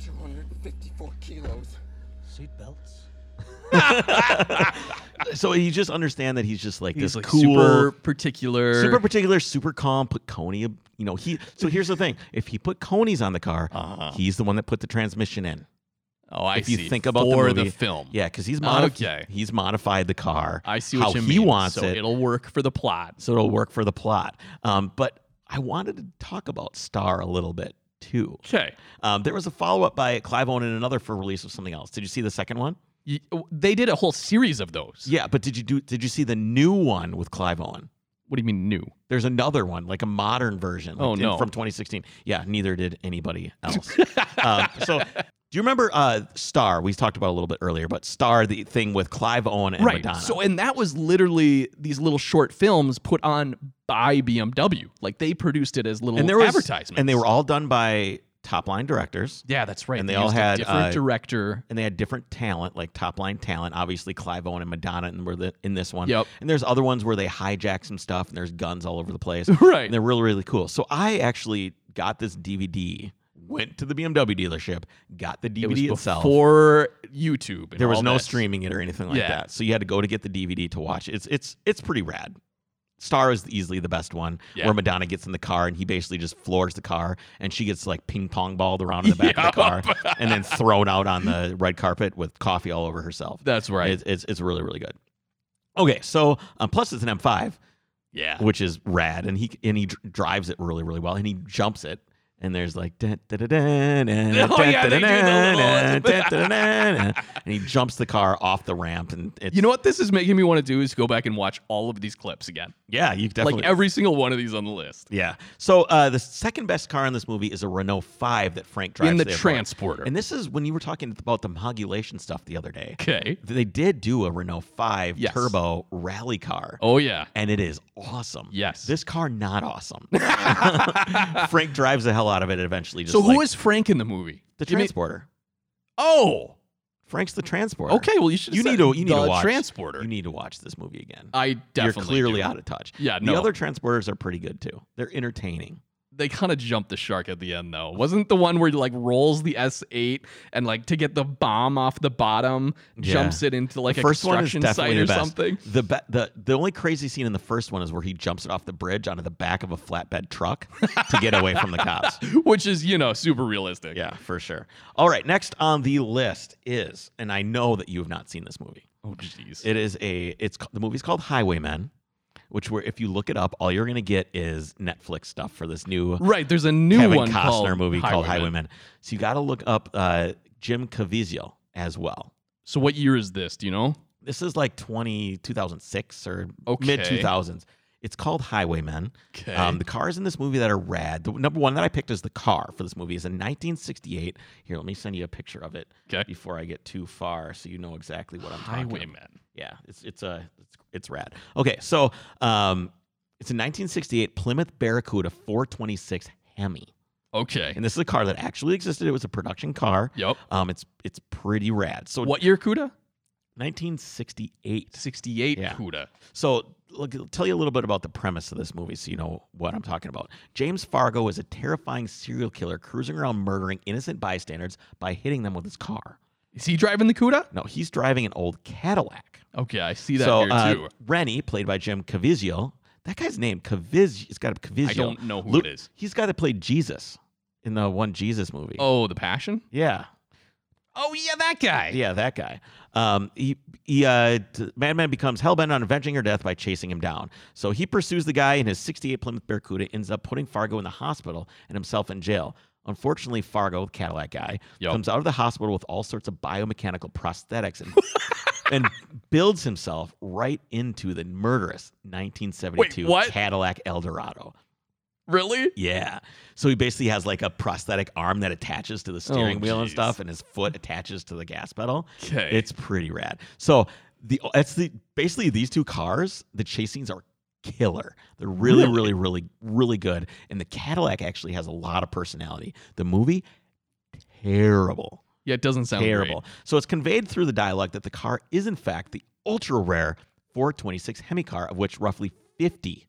S5: 254 kilos.
S9: Seatbelts.
S3: So you just understand that he's just like
S4: He's
S3: this
S4: like
S3: cool
S4: super er, particular.
S3: super particular, super calm. Put Coney, you know, he. So here's the thing: if he put Coney's on the car,
S4: Uh-huh.
S3: he's the one that put the transmission in.
S4: oh, I
S3: If you
S4: see.
S3: think about
S4: For
S3: the, movie,
S4: film.
S3: yeah, because he's modified.
S4: Okay.
S3: He's modified the car.
S4: I see
S3: how
S4: what you
S3: he
S4: mean.
S3: wants
S4: so
S3: it,
S4: will work for the plot.
S3: so it'll work for the plot. Um, but I wanted to talk about Star a little bit too.
S4: Okay.
S3: Um, there was a follow up by Clive Owen and another for release of something else. Did you see the second one?
S4: They did a whole series of those.
S3: Yeah, but did you do? Did you see the new one with Clive Owen?
S4: What do you mean new?
S3: There's another one, like a modern version. like,
S4: Oh,
S3: in-
S4: no.
S3: From 2016. Yeah, neither did anybody else. um, so, do you remember uh, Star? We talked about a little bit earlier, but Star, the thing with Clive Owen and
S4: right.
S3: Madonna.
S4: So and that was literally these little short films put on by BMW. Like they produced it as little
S3: and there was
S4: advertisements.
S3: and they were all done by top line directors,
S4: Yeah, that's right.
S3: and they all
S4: used a
S3: had,
S4: different
S3: uh,
S4: director.
S3: and they had different talent, like top line talent. Obviously, Clive Owen and Madonna, and were the, in this one.
S4: Yep.
S3: And there's other ones where they hijack some stuff, and there's guns all over the place.
S4: Right.
S3: And they're really really cool. So I actually got this DVD. Went to the BMW dealership, got the DVD
S4: It was
S3: itself.
S4: before YouTube. and
S3: there was
S4: all
S3: no
S4: this.
S3: streaming it or anything like
S4: Yeah.
S3: that. So you had to go to get the DVD to watch. It's it's it's pretty rad. Star is easily the best one,
S4: Yeah.
S3: where Madonna gets in the car and he basically just floors the car, and she gets like ping pong balled around in the back of the car, and then thrown out on the red carpet with coffee all over herself.
S4: That's right.
S3: It's it's, it's really really good. Okay, so um, plus it's an M5,
S4: Yeah.
S3: which is rad, and he and he dr- drives it really really well, and he jumps it. and there's like "Dun, dun, dun, dun, dun, dun,
S4: Oh, yeah, they do the
S3: dun,
S4: little
S3: dun,
S4: ones.
S3: dun, dun, dun, dun," and he jumps the car off the ramp and it's,
S4: You know what this is making me want to do is go back and watch all of these clips again.
S3: yeah you definitely
S4: Like every single one of these on the list.
S3: yeah so uh, the second best car in this movie is a Renault 5 that Frank drives
S4: In the
S3: to airport.
S4: transporter.
S3: and this is when you were talking about the modulation stuff the other day
S4: Okay.
S3: they did do a Renault 5
S4: Yes.
S3: turbo rally car
S4: Oh yeah.
S3: and it is awesome.
S4: Yes.
S3: This car not awesome. Frank drives the hell out of it eventually. Just
S4: So who is
S3: like
S4: Frank in the movie?
S3: the
S4: Give me-
S3: transporter?
S4: oh.
S3: Frank's the transporter.
S4: Okay. Well, you should. have
S3: you
S4: said
S3: need to you need
S4: the
S3: to watch
S4: transporter.
S3: You need to watch this movie again.
S4: I definitely.
S3: You're clearly
S4: do.
S3: out of touch.
S4: Yeah,
S3: The
S4: no.
S3: other transporters are pretty good too. They're entertaining.
S4: They kind of jumped the shark at the end though. Wasn't the one where he like rolls the S eight and like to get the bomb off the bottom,
S3: Yeah.
S4: jumps it into like a
S3: the first one is
S4: construction site
S3: definitely the
S4: or
S3: best.
S4: something.
S3: The, be- the the only crazy scene in the first one is where he jumps it off the bridge onto the back of a flatbed truck to get away from the cops.
S4: Which is, you know, super realistic.
S3: Yeah, for sure. All right, next on the list is, and I know that you have not seen this movie.
S4: Oh jeez.
S3: It is a it's ca- the movie's called Highwaymen, which where if you look it up, all you're gonna get is Netflix stuff for this new
S4: Right, there's a new
S3: Kevin
S4: one
S3: Costner
S4: called
S3: movie called
S4: Highwaymen.
S3: Highwaymen. So you got to look up uh, Jim Caviezel as well.
S4: So what year is this? Do you know?
S3: This is like 20, 2006 or
S4: Okay.
S3: mid two thousands. It's called Highwaymen.
S4: Okay.
S3: Um, the cars in this movie that are rad. The number one that I picked as the car for this movie is a 1968. Here, let me send you a picture of it
S4: Okay.
S3: before I get too far, so you know exactly what I'm talking about.
S4: Highwaymen.
S3: Yeah, it's it's a it's, it's rad. Okay, so um, it's a 1968 Plymouth Barracuda 426 Hemi,
S4: Okay.
S3: and this is a car that actually existed. It was a production car.
S4: Yep.
S3: Um, it's it's pretty rad. So
S4: What year CUDA?
S3: 1968.
S4: 68
S3: Yeah.
S4: CUDA.
S3: So look, I'll tell you a little bit about the premise of this movie, so you know what I'm talking about. James Fargo is a terrifying serial killer cruising around murdering innocent bystanders by hitting them with his car.
S4: Is he driving the CUDA?
S3: No, he's driving an old Cadillac.
S4: Okay, I see that
S3: so,
S4: here
S3: uh,
S4: too.
S3: Rennie, played by Jim Caviezel, that guy's name Caviezel. It's got a Caviezel.
S4: I don't know who
S3: Lu-
S4: it is.
S3: He's got to play Jesus in the one Jesus movie.
S4: Oh, the passion?
S3: yeah,
S4: Oh yeah, that guy.
S3: yeah, that guy. Um, he, he, uh, t- Madman becomes hellbent on avenging her death by chasing him down. So he pursues the guy in his '68 Plymouth Barracuda, ends up putting Fargo in the hospital and himself in jail. Unfortunately, Fargo, the Cadillac guy,
S4: Yep.
S3: comes out of the hospital with all sorts of biomechanical prosthetics and. And builds himself right into the murderous 1972
S4: Wait, what?
S3: Cadillac Eldorado.
S4: Really?
S3: Yeah. So he basically has like a prosthetic arm that attaches to the steering wheel and
S4: jeez.
S3: stuff, and his foot attaches to the gas pedal.
S4: 'Kay.
S3: It's pretty rad. So the that's the basically these two cars, the chase scenes are killer. They're really, really, really, really good. And the Cadillac actually has a lot of personality. The movie, terrible.
S4: Yeah, it doesn't sound
S3: terrible.
S4: Great.
S3: So it's conveyed through the dialogue that the car is in fact the ultra rare 426 Hemi car, of which roughly 50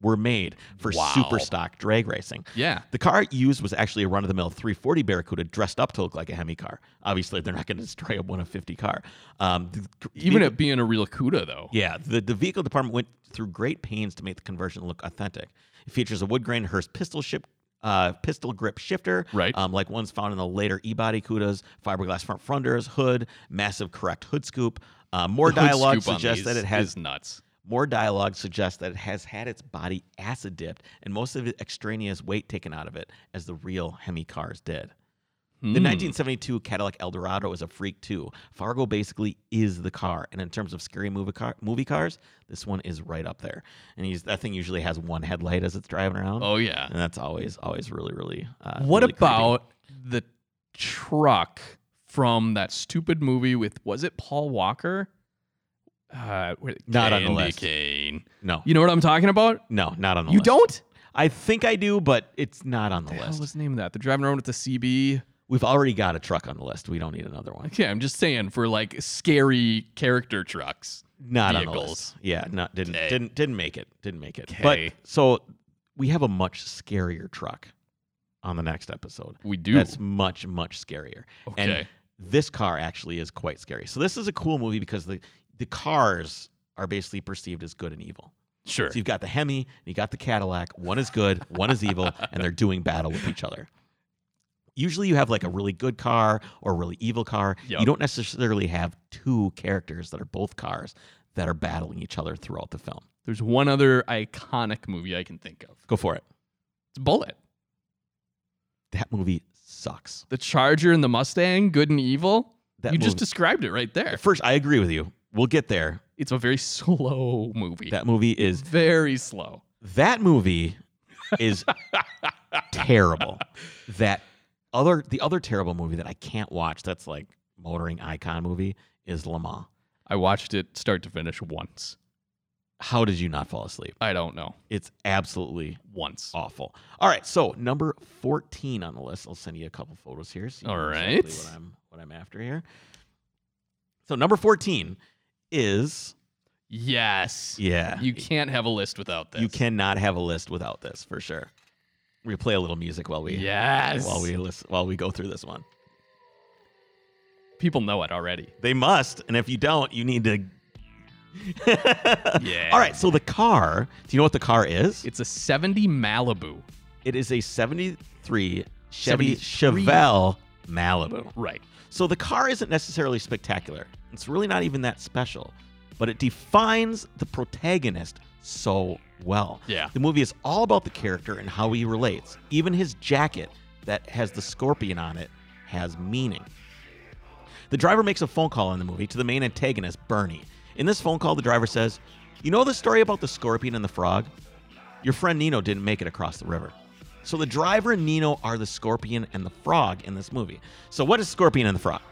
S3: were made for
S4: Wow.
S3: super stock drag racing.
S4: Yeah.
S3: The car it used was actually a run of the mill 340 Barracuda dressed up to look like a Hemi car. Obviously, they're not going to destroy a 150 car. Um, the-
S4: Even
S3: the-
S4: it being a real CUDA though.
S3: yeah, the, the vehicle department went through great pains to make the conversion look authentic. It features a wood grain Hearst pistol ship. Uh, pistol grip shifter,
S4: Right.
S3: Um, like ones found in the later e-body Cudas, fiberglass front fenders, hood, massive correct hood scoop. Uh, more
S4: The hood
S3: dialogue
S4: scoop on
S3: suggests that
S4: these
S3: it has
S4: is nuts.
S3: more dialogue suggests that it has had its body acid dipped and most of its extraneous weight taken out of it, as the real Hemi cars did. The
S4: Hmm.
S3: 1972 Cadillac Eldorado is a freak too. Fargo basically is the car, and in terms of scary movie, car, movie cars, this one is right up there. And he's, that thing usually has one headlight as it's driving around.
S4: Oh yeah.
S3: and that's always always really really. Uh,
S4: What
S3: really creepy.
S4: about the truck from that stupid movie with was it Paul Walker? Uh, where-
S3: Not on the
S4: Candy
S3: list.
S4: Cane.
S3: No,
S4: You know what I'm talking about?
S3: no, not on the
S4: You
S3: list.
S4: don't?
S3: I think I do, but it's not on the
S4: What the hell
S3: list.
S4: was the name of that? They're driving around with the CB.
S3: We've already got a truck on the list. We don't need another one.
S4: Okay, I'm just saying for like scary character trucks.
S3: not on the
S4: vehicles.
S3: list. Yeah, not didn't
S4: Okay.
S3: didn't didn't make it. Didn't make it.
S4: Okay.
S3: But so we have a much scarier truck on the next episode.
S4: We do.
S3: That's much much scarier. And
S4: Okay.
S3: this car actually is quite scary. So this is a cool movie because the the cars are basically perceived as good and evil.
S4: Sure.
S3: So you've got the Hemi and you got the Cadillac. One is good, one is evil, and they're doing battle with each other. Usually you have like a really good car or a really evil car. You
S4: Yep.
S3: don't necessarily have two characters that are both cars that are battling each other throughout the film.
S4: There's one other iconic movie I can think of.
S3: Go for it.
S4: It's Bullet.
S3: that movie sucks.
S4: The Charger and the Mustang, Good and Evil.
S3: That
S4: you just
S3: movie-
S4: described it right there.
S3: First, I agree with you. We'll get there.
S4: It's a very slow movie.
S3: That movie is
S4: very slow.
S3: that movie is terrible. That other the other terrible movie that I can't watch that's like motoring icon movie is Le Mans.
S4: I watched it start to finish once.
S3: How did you not fall asleep?
S4: I don't know.
S3: It's absolutely
S4: Once.
S3: awful. All right, so number 14 on the list. I'll send you a couple photos here. So you
S4: All
S3: know
S4: right.
S3: exactly what I'm what I'm after here. So number 14 is
S4: Yes.
S3: yeah.
S4: You can't have a list without this.
S3: you cannot have a list without this for sure. We play a little music while we
S4: Yes.
S3: while we listen, while we go through this one.
S4: People know it already.
S3: They must, and if you don't, you need to.
S4: Yeah.
S3: All right, so the car. Do you know what the car is?
S4: It's a 70 Malibu.
S3: It is a '73 Chevy
S4: 73.
S3: Chevelle Malibu.
S4: Right.
S3: So the car isn't necessarily spectacular. It's really not even that special, but it defines the protagonist so well.
S4: Yeah.
S3: The movie is all about the character and how he relates. Even his jacket that has the scorpion on it has meaning. The driver makes a phone call in the movie to the main antagonist, Bernie. In this phone call, the driver says, You know the story about the scorpion and the frog? Your friend Nino didn't make it across the river. So the driver and Nino are the scorpion and the frog in this movie. So what is Scorpion and the Frog?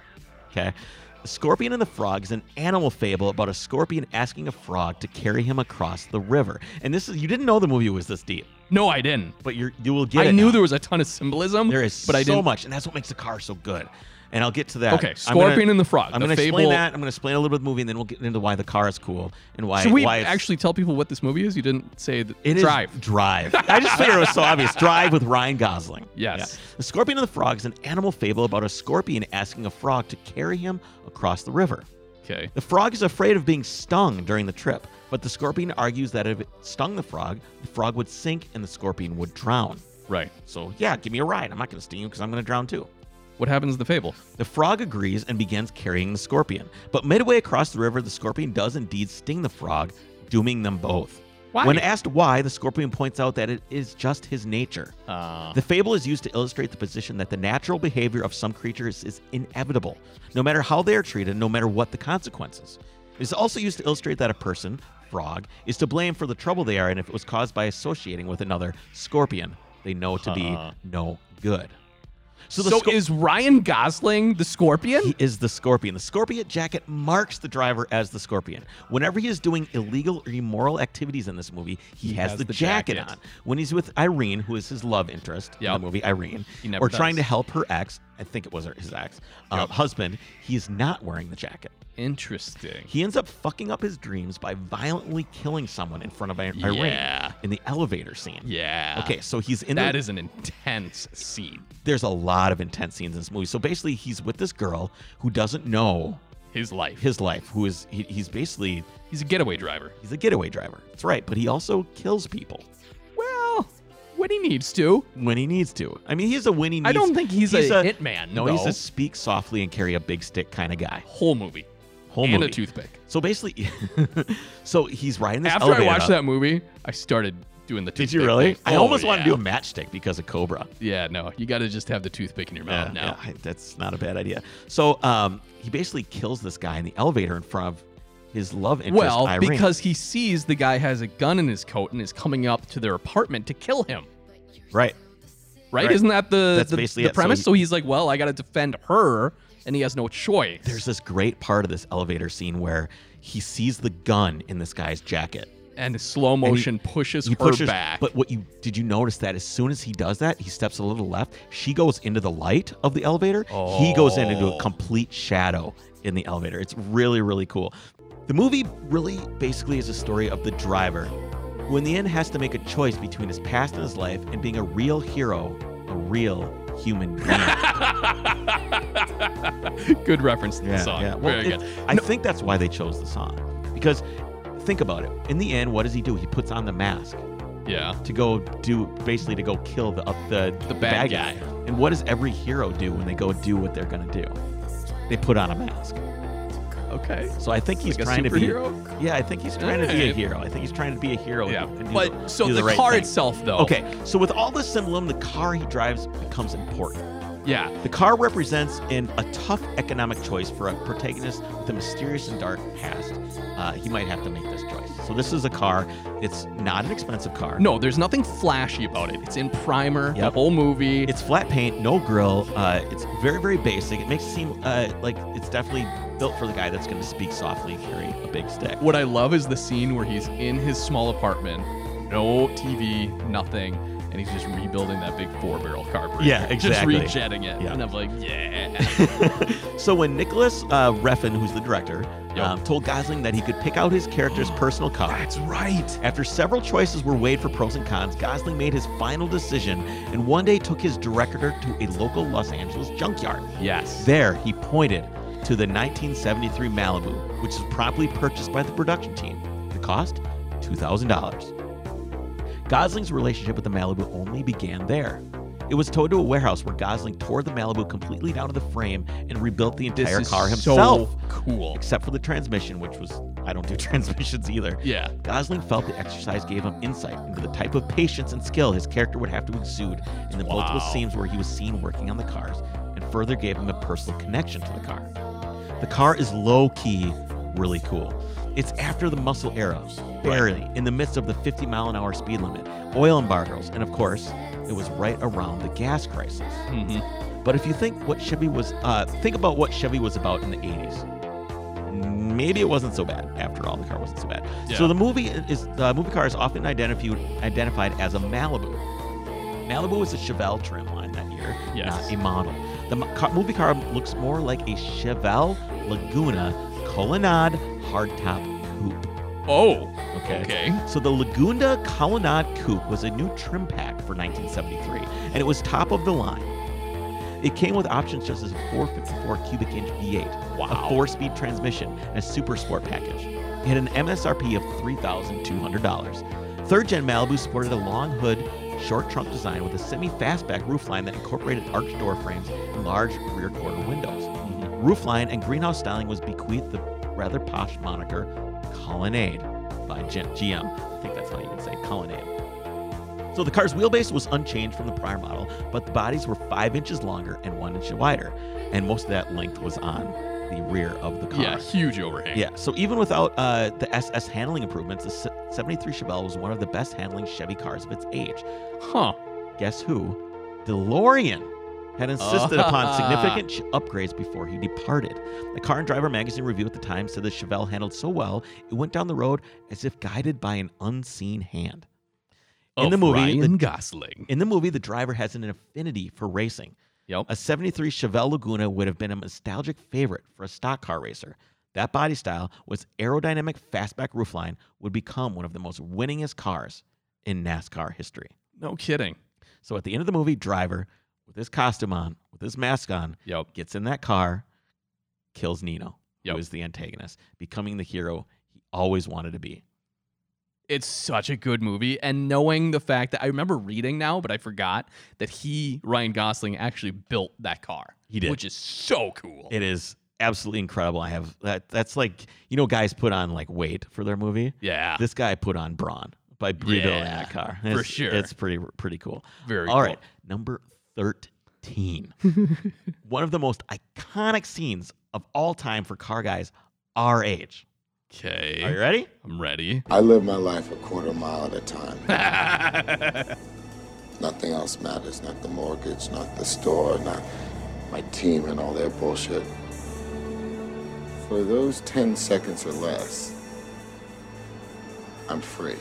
S3: Okay. The Scorpion and the Frog is an animal fable about a scorpion asking a frog to carry him across the river. And this is you didn't know the movie was this deep,
S4: No, I didn't.
S3: but you you will get
S4: I
S3: it
S4: knew
S3: now.
S4: there was a ton of symbolism.
S3: There is
S4: but
S3: so
S4: I didn't.
S3: much, and that's what makes the car so good. And I'll get to that.
S4: Okay,
S3: I'm
S4: Scorpion
S3: gonna-
S4: and the Frog,
S3: I'm
S4: the
S3: going to explain
S4: fable-
S3: that. I'm going to explain a little bit of the movie, and then we'll get into why the car is cool and why.
S4: Should we
S3: why it's-
S4: actually tell people what this movie is? You didn't say the
S3: It is
S4: drive.
S3: Drive. I just figured it was so obvious. Drive with Ryan Gosling.
S4: Yes.
S3: The Scorpion and the Frog is an animal fable about a scorpion asking a frog to carry him across the river.
S4: Okay.
S3: The frog is afraid of being stung during the trip, but the scorpion argues that if it stung the frog, the frog would sink and the scorpion would drown.
S4: Right.
S3: So, yeah, give me a ride. I'm not going to sting you because I'm going to drown too.
S4: What happens in the fable?
S3: The frog agrees and begins carrying the scorpion. But midway across the river, the scorpion does indeed sting the frog, dooming them both.
S4: Why?
S3: When asked why, the scorpion points out that it is just his nature.
S4: Uh,
S3: The fable is used to illustrate the position that the natural behavior of some creatures is inevitable, no matter how they are treated, no matter what the consequences. It is also used to illustrate that a person, frog, is to blame for the trouble they are in if it was caused by associating with another scorpion they know to be no good.
S4: so
S3: the scor-
S4: is Ryan Gosling the Scorpion?
S3: he is the scorpion. The scorpion jacket marks the driver as the scorpion. Whenever he is doing illegal or immoral activities in this movie, he, has, the, jacket,
S4: jacket.
S3: on. When he's with Irene, who is his love interest
S4: Yep.
S3: in the movie Irene,
S4: He never
S3: or trying to
S4: does.
S3: help her ex, I think it was her, his ex, uh, husband, he is not wearing the jacket.
S4: Interesting.
S3: He ends up fucking up his dreams by violently killing someone in front of I- Irene
S4: Yeah.
S3: in the elevator scene.
S4: Yeah.
S3: Okay, so he's in
S4: That
S3: the,
S4: is an intense scene.
S3: there's a lot of intense scenes in this movie. So basically, he's with this girl who doesn't know
S4: His life.
S3: his life who is he, he's basically
S4: He's a getaway driver.
S3: he's a getaway driver that's right but he also kills people
S4: Well, when he needs to.
S3: when he needs to i mean he's a when he needs
S4: I don't think he's a hitman,
S3: no he's
S4: though.
S3: a speak softly and carry a big stick kind of guy
S4: Whole movie.
S3: whole
S4: and
S3: movie
S4: a toothpick.
S3: so basically so he's riding this
S4: After
S3: elevator
S4: I watched
S3: up.
S4: that movie, I started doing the toothpick.
S3: did you really
S4: thing.
S3: i
S4: Oh,
S3: almost
S4: yeah. Oh,
S3: want to do a matchstick because of cobra
S4: Yeah, no. You got to just have the toothpick in your mouth
S3: Yeah,
S4: now.
S3: yeah, I- that's not a bad idea. So um, he basically kills this guy in the elevator in front of his love interest.
S4: Well,
S3: Irene.
S4: because he sees the guy has a gun in his coat and is coming up to their apartment to kill him.
S3: right,
S4: Right?
S3: Right.
S4: Isn't that the
S3: That's
S4: the,
S3: basically
S4: the
S3: it. So
S4: premise?
S3: he-
S4: So, he's like, well, I got to defend her, and he has no choice.
S3: there's this great part of this elevator scene where he sees the gun in this guy's jacket.
S4: and slow
S3: and he-
S4: motion pushes
S3: he
S4: her back.
S3: But what you did you notice that as soon as he does that, he steps a little left. She goes into the light of the elevator. He goes in
S4: Oh.
S3: into a complete shadow in the elevator. It's really really cool. The movie really basically is a story of the driver who in the end has to make a choice between his past and his life and being a real hero, a real human being.
S4: good reference to the song.
S3: Well,
S4: Very
S3: it-
S4: good.
S3: I think that's why they chose the song. Because think about it. In the end, what does he do? He puts on the mask
S4: Yeah.
S3: to go do basically to go kill the uh, the,
S4: The bad guy.
S3: And what does every hero do when they go do what they're gonna do? They put on a mask.
S4: Okay.
S3: So I think he's
S4: Like a
S3: trying to be.
S4: superhero?
S3: Yeah, I think he's trying to be a
S4: Alright.
S3: hero. I think he's trying to be a hero.
S4: Yeah.
S3: and do
S4: But so
S3: do
S4: the,
S3: right
S4: car
S3: thing.
S4: itself, though.
S3: Okay, so with all this symbolism, the car he drives becomes important.
S4: Yeah.
S3: The car represents in a tough economic choice for a protagonist with a mysterious and dark past. Uh, he might have to make this choice. So this is a car. It's not an expensive car.
S4: No, there's nothing flashy about it. It's in primer, the
S3: Yep.
S4: whole movie.
S3: It's flat paint, no grill. Uh, it's very, very basic. It makes it seem uh, like it's definitely built for the guy that's going to speak softly and carry a big stick.
S4: What I love is the scene where he's in his small apartment, no TV, nothing, and he's just rebuilding that big four barrel carburetor.
S3: Yeah, exactly.
S4: Just rejetting it.
S3: Yeah.
S4: And I'm like, yeah.
S3: So when Nicholas uh, Reffin, who's the director,
S4: Yep.
S3: um, told Gosling that he could pick out his character's personal car. That's right. After several choices were weighed for pros and cons, Gosling made his final decision and one day took his director to a local Los Angeles junkyard.
S4: yes.
S3: There, he pointed to the 1973 Malibu, which was promptly purchased by the production team. The cost? $2,000. Gosling's relationship with the Malibu only began there. It was towed to a warehouse where Gosling tore the Malibu completely down to the frame and rebuilt the
S4: this
S3: entire
S4: is
S3: car himself,
S4: so cool.
S3: except for the transmission, which was I don't do transmissions either.
S4: Yeah.
S3: Gosling felt the exercise gave him insight into the type of patience and skill his character would have to exude in the multiple
S4: Wow.
S3: scenes where he was seen working on the cars, and further gave him a personal connection to the car. The car is low key, really cool. It's after the muscle era, barely, in the midst of the 50 mile an hour speed limit, oil embargoes, and of course, it was right around the gas crisis.
S4: hmm
S3: But if you think what Chevy was, uh, think about what Chevy was about in the 80s. Maybe it wasn't so bad after all. The car wasn't so bad.
S4: Yeah.
S3: So the movie is the movie car is often identified identified as a Malibu. Malibu was a Chevelle trim line that year,
S4: Yes.
S3: not a model. The mo- car, movie car looks more like a Chevelle Laguna Colonnade hardtop coupe.
S4: Oh.
S3: Okay.
S4: Okay.
S3: So the Laguna Colonnade Coupe was a new trim pack for 1973, and it was top of the line. It came with options such as a 454 cubic inch V8, a four-speed transmission, and a super sport package. It had an MSRP of $3,200. Third-gen Malibu sported a long hood, short trunk design with a semi-fastback roofline that incorporated arched door frames and large rear quarter windows. Roofline and greenhouse styling was bequeathed the rather posh moniker Colonnade by G- GM. I think that's how you would say Colonnade. So the car's wheelbase was unchanged from the prior model, but the bodies were five inches longer and one inch wider, and most of that length was on the rear of the car.
S4: Yeah. Huge overhang.
S3: Yeah, so even without uh, the SS handling improvements, the se- 73 Chevelle was one of the best handling Chevy cars of its age.
S4: Huh.
S3: Guess who? DeLorean had insisted upon significant ch- upgrades before he departed. The Car and Driver magazine review at the time said the Chevelle handled so well, it went down the road as if guided by an unseen hand. In
S4: Of
S3: the movie,
S4: Ryan
S3: the
S4: Gosling.
S3: in the movie, the driver has an affinity for racing.
S4: Yep.
S3: A 73 Chevelle Laguna would have been a nostalgic favorite for a stock car racer. That body style with aerodynamic fastback roofline would become one of the most winningest cars in NASCAR history.
S4: No kidding.
S3: So at the end of the movie, driver with his costume on, with his mask on,
S4: Yep.
S3: gets in that car, kills Nino,
S4: Yep.
S3: who is the antagonist, becoming the hero he always wanted to be.
S4: It's such a good movie. And knowing the fact that I remember reading now, but I forgot that he, Ryan Gosling, actually built that car.
S3: He did.
S4: Which is so cool.
S3: It is absolutely incredible. I have that. That's like you know, guys put on like weight for their movie.
S4: yeah.
S3: This guy put on brawn by rebuilding
S4: Yeah,
S3: that car.
S4: for
S3: It's-
S4: sure.
S3: It's pretty pretty cool.
S4: Very
S3: All
S4: cool.
S3: right, number thirteen. One of the most iconic scenes of all time for car guys our age.
S4: Okay.
S3: Are you ready?
S4: I'm ready.
S10: I live my life a quarter mile at a time. Nothing else matters, not the mortgage, not the store, not my team and all their bullshit. For those 10 seconds or less, I'm free.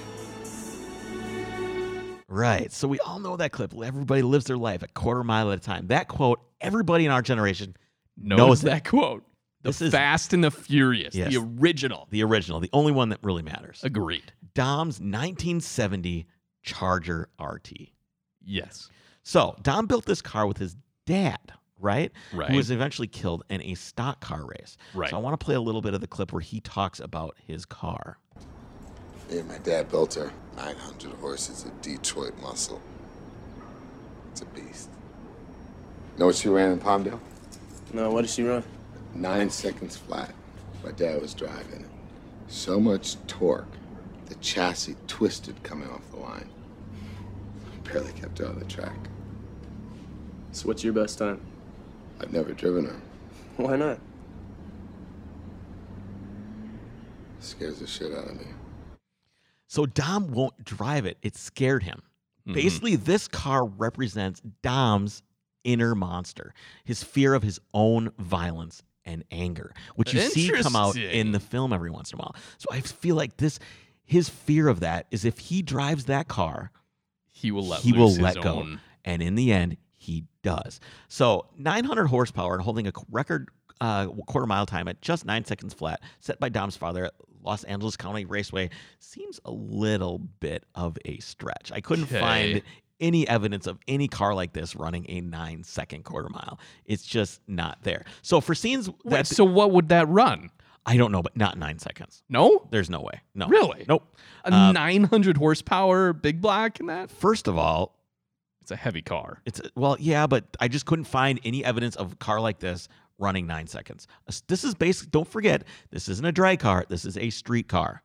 S3: Right. So we all know that clip. Everybody lives their life a quarter mile at a time. That quote, everybody in our generation,
S4: Knows,
S3: Knows
S4: that quote. The
S3: This is-
S4: Fast and the Furious,
S3: Yes.
S4: the original.
S3: the original, the only one that really matters.
S4: Agreed.
S3: Dom's 1970 Charger RT.
S4: Yes.
S3: So Dom built this car with his dad, right?
S4: Right.
S3: Who was eventually killed in a stock car race.
S4: Right.
S3: So I want to play a little bit of the clip where he talks about his car.
S10: Me and my dad built her 900 horses of Detroit muscle. It's a beast. Know what she ran in Palmdale?
S5: No, what did she run?
S10: Nine seconds flat. My dad was driving. So much torque, the chassis twisted coming off the line. Barely kept it on the track.
S11: So, what's your best time?
S10: I've never driven them.
S11: Why not?
S10: Scares the shit out of me.
S3: So Dom won't drive it. It scared him.
S4: Mm-hmm.
S3: Basically, this car represents Dom's inner monster, his fear of his own violence and anger, which you see come out in the film every once in a while. So I feel like this, his fear of that is if he drives that car,
S4: he will let
S3: he will
S4: loose his
S3: let go,
S4: own.
S3: and in the end, he does. So 900 horsepower and holding a qu- record uh, quarter mile time at just nine seconds flat, set by Dom's father at Los Angeles County Raceway, seems a little bit of a stretch. I couldn't
S4: Okay.
S3: find any evidence of any car like this running a nine second quarter mile. It's just not there. So for scenes that
S4: Wait, so what would that run?
S3: I don't know, but not nine seconds.
S4: No,
S3: there's no way. No,
S4: Really?
S3: Nope.
S4: A
S3: Um,
S4: 900 horsepower big block in that?
S3: First of all,
S4: it's a heavy car.
S3: It's uh, well, yeah, but I just couldn't find any evidence of a car like this running nine seconds. This is basic. Don't forget, this isn't a dry car. This is a street car.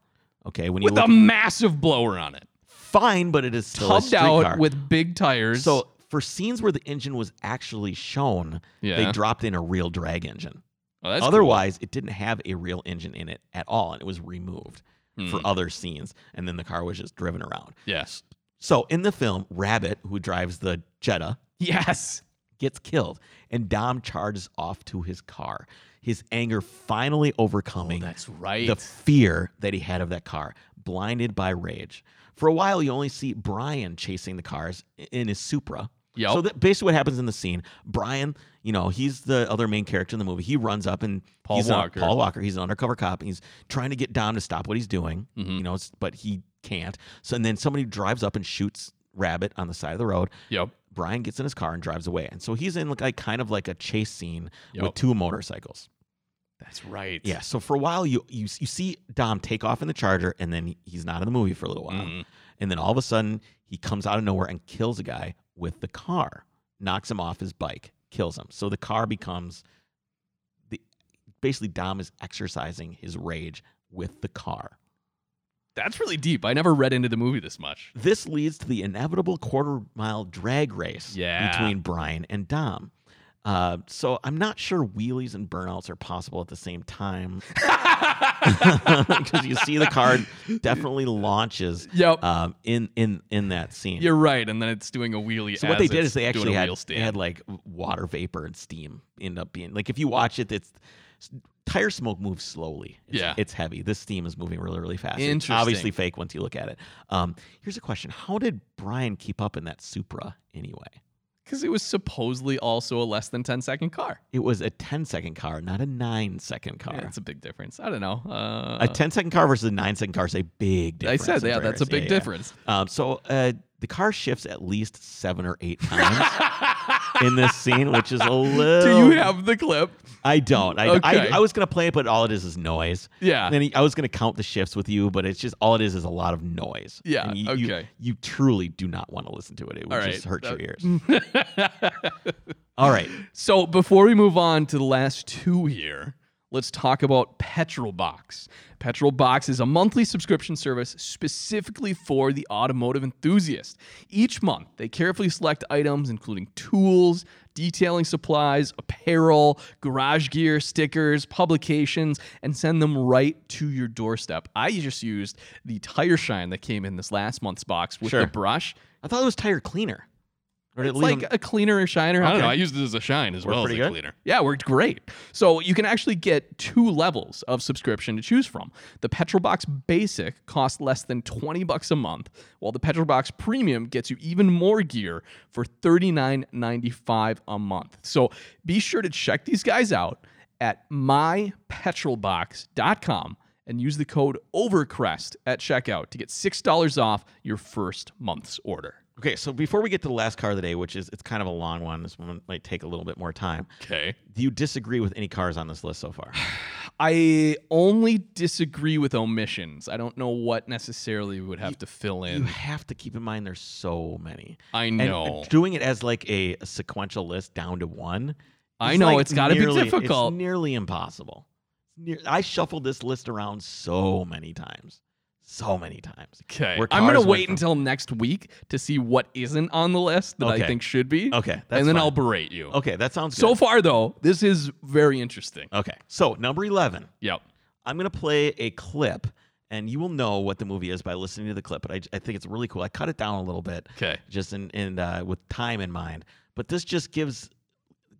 S3: Okay, when you
S4: With a
S3: look-
S4: massive blower on it.
S3: fine, but it is still a
S4: Tubbed
S3: street
S4: out
S3: car.
S4: with big tires.
S3: So for scenes where the engine was actually shown,
S4: Yeah.
S3: they dropped in a real drag engine.
S4: Oh, that's cool.
S3: Otherwise, it didn't have a real engine in it at all, and it was removed for
S4: Hmm.
S3: other scenes. And then the car was just driven around.
S4: Yes.
S3: So in the film, Rabbit, who drives the Jetta,
S4: yes,
S3: gets killed, and Dom charges off to his car. His anger finally overcoming
S4: Oh, that's right.
S3: the fear that he had of that car, blinded by rage. For a while, you only see Brian chasing the cars in his Supra.
S4: Yep.
S3: So that basically, what happens in the scene, Brian, you know, he's the other main character in the movie. He runs up and
S4: Paul
S3: he's an-
S4: Walker.
S3: Paul Walker. He's an undercover cop. And he's trying to get Dom to stop what he's doing.
S4: Mm-hmm.
S3: You know, it's, but he can't. So and then somebody drives up and shoots Rabbit on the side of the road.
S4: Yep.
S3: Brian gets in his car and drives away. And so he's in like kind of like a chase scene
S4: Yep.
S3: with two motorcycles.
S4: That's right.
S3: Yeah. So for a while, you you you see Dom take off in the Charger, and then he's not in the movie for a little while, and then all of a sudden he comes out of nowhere and kills a guy with the car, knocks him off his bike, kills him. So the car becomes the basically Dom is exercising his rage with the car.
S4: That's really deep. I never read into the movie this much.
S3: This leads to the inevitable quarter mile drag race
S4: Yeah.
S3: between Brian and Dom. Uh, so I'm not sure wheelies and burnouts are possible at the same time. Because you see the car definitely launches
S4: Yep.
S3: um, in, in, in that scene.
S4: You're right. And then it's doing a wheelie.
S3: so what they
S4: as
S3: did
S4: it's
S3: is they
S4: doing
S3: actually
S4: a
S3: had,
S4: wheel
S3: they
S4: stand.
S3: had like water vapor and steam end up being like if you watch it, it's tire smoke moves slowly. It's,
S4: Yeah.
S3: it's heavy. This steam is moving really, really fast. It's obviously
S4: Interesting.
S3: fake once you look at it. Um, here's a question: How did Brian keep up in that Supra anyway?
S4: Because it was supposedly also a less than 10 second car.
S3: It was a 10 second car, not a nine second car.
S4: Yeah, It's a big difference. I don't know. Uh,
S3: a 10 second car versus a 9 second car is a big
S4: I
S3: difference.
S4: said,
S3: in
S4: yeah, that's a
S3: drivers.
S4: big difference.
S3: Um, so uh, the car shifts at least seven or eight times in this scene, which is a little.
S4: Do you have the clip?
S3: I don't. I,
S4: Okay.
S3: I, I was going to play it, but all it is is noise.
S4: Yeah.
S3: And then I was going to count the shifts with you, but it's just all it is is a lot of noise.
S4: Yeah,
S3: And you, you-
S4: okay.
S3: You, truly do not want to listen to it. It would
S4: All right,
S3: just hurt
S4: that-
S3: your ears. all right.
S4: So before we move on to the last two here, let's talk about Petrol Box. Petrol Box is a monthly subscription service specifically for the automotive enthusiast. Each month, they carefully select items including tools, detailing supplies, apparel, garage gear, stickers, publications, and send them right to your doorstep. I just used the tire shine that came in this last month's box with
S3: Sure.
S4: the brush.
S3: I thought it was tire cleaner. Or did it
S4: It's
S3: leave
S4: like
S3: them-
S4: a cleaner or shiner.
S3: I don't know. I
S4: used it as a shine as
S3: Worked well as pretty a good? cleaner.
S4: Yeah, it worked great. So you can actually get two levels of subscription to choose from. The Petrobox Basic costs less than 20 bucks a month, while the Petrobox Premium gets you even more gear for $39.95 a month. So be sure to check these guys out at mypetrolbox.com and use the code OVERCREST at checkout to get $6 off your first month's order.
S3: Okay, so before we get to the last car of the day, which is it's kind of a long one, this one might take a little bit more time.
S4: Okay.
S3: Do you disagree with any cars on this list so far?
S4: I only disagree with omissions. I don't know what necessarily we would have to fill
S3: you
S4: in.
S3: have to keep in mind there's so many.
S4: I
S3: And, uh,
S4: know.
S3: doing it as like a, a sequential list down to one.
S4: I
S3: is,
S4: know,
S3: like
S4: it's gotta be
S3: nearly-
S4: difficult.
S3: It's nearly impossible. near. I shuffled this list around so many times, so many times.
S4: Okay.
S3: Where
S4: I'm going
S3: cars
S4: to
S3: went
S4: wait
S3: from-
S4: until next week to see what isn't on the list that I
S3: Okay.
S4: think should be.
S3: Okay, that's
S4: And then
S3: fine.
S4: I'll berate you.
S3: Okay, that sounds
S4: So
S3: good. Oh.
S4: far, though, this is very interesting.
S3: Okay. So number eleven.
S4: Yep.
S3: I'm gonna play a clip, and you will know what the movie is by listening to the clip. But I, I think it's really cool. I cut it down a little bit.
S4: Okay.
S3: Just in in uh, with time in mind. But this just gives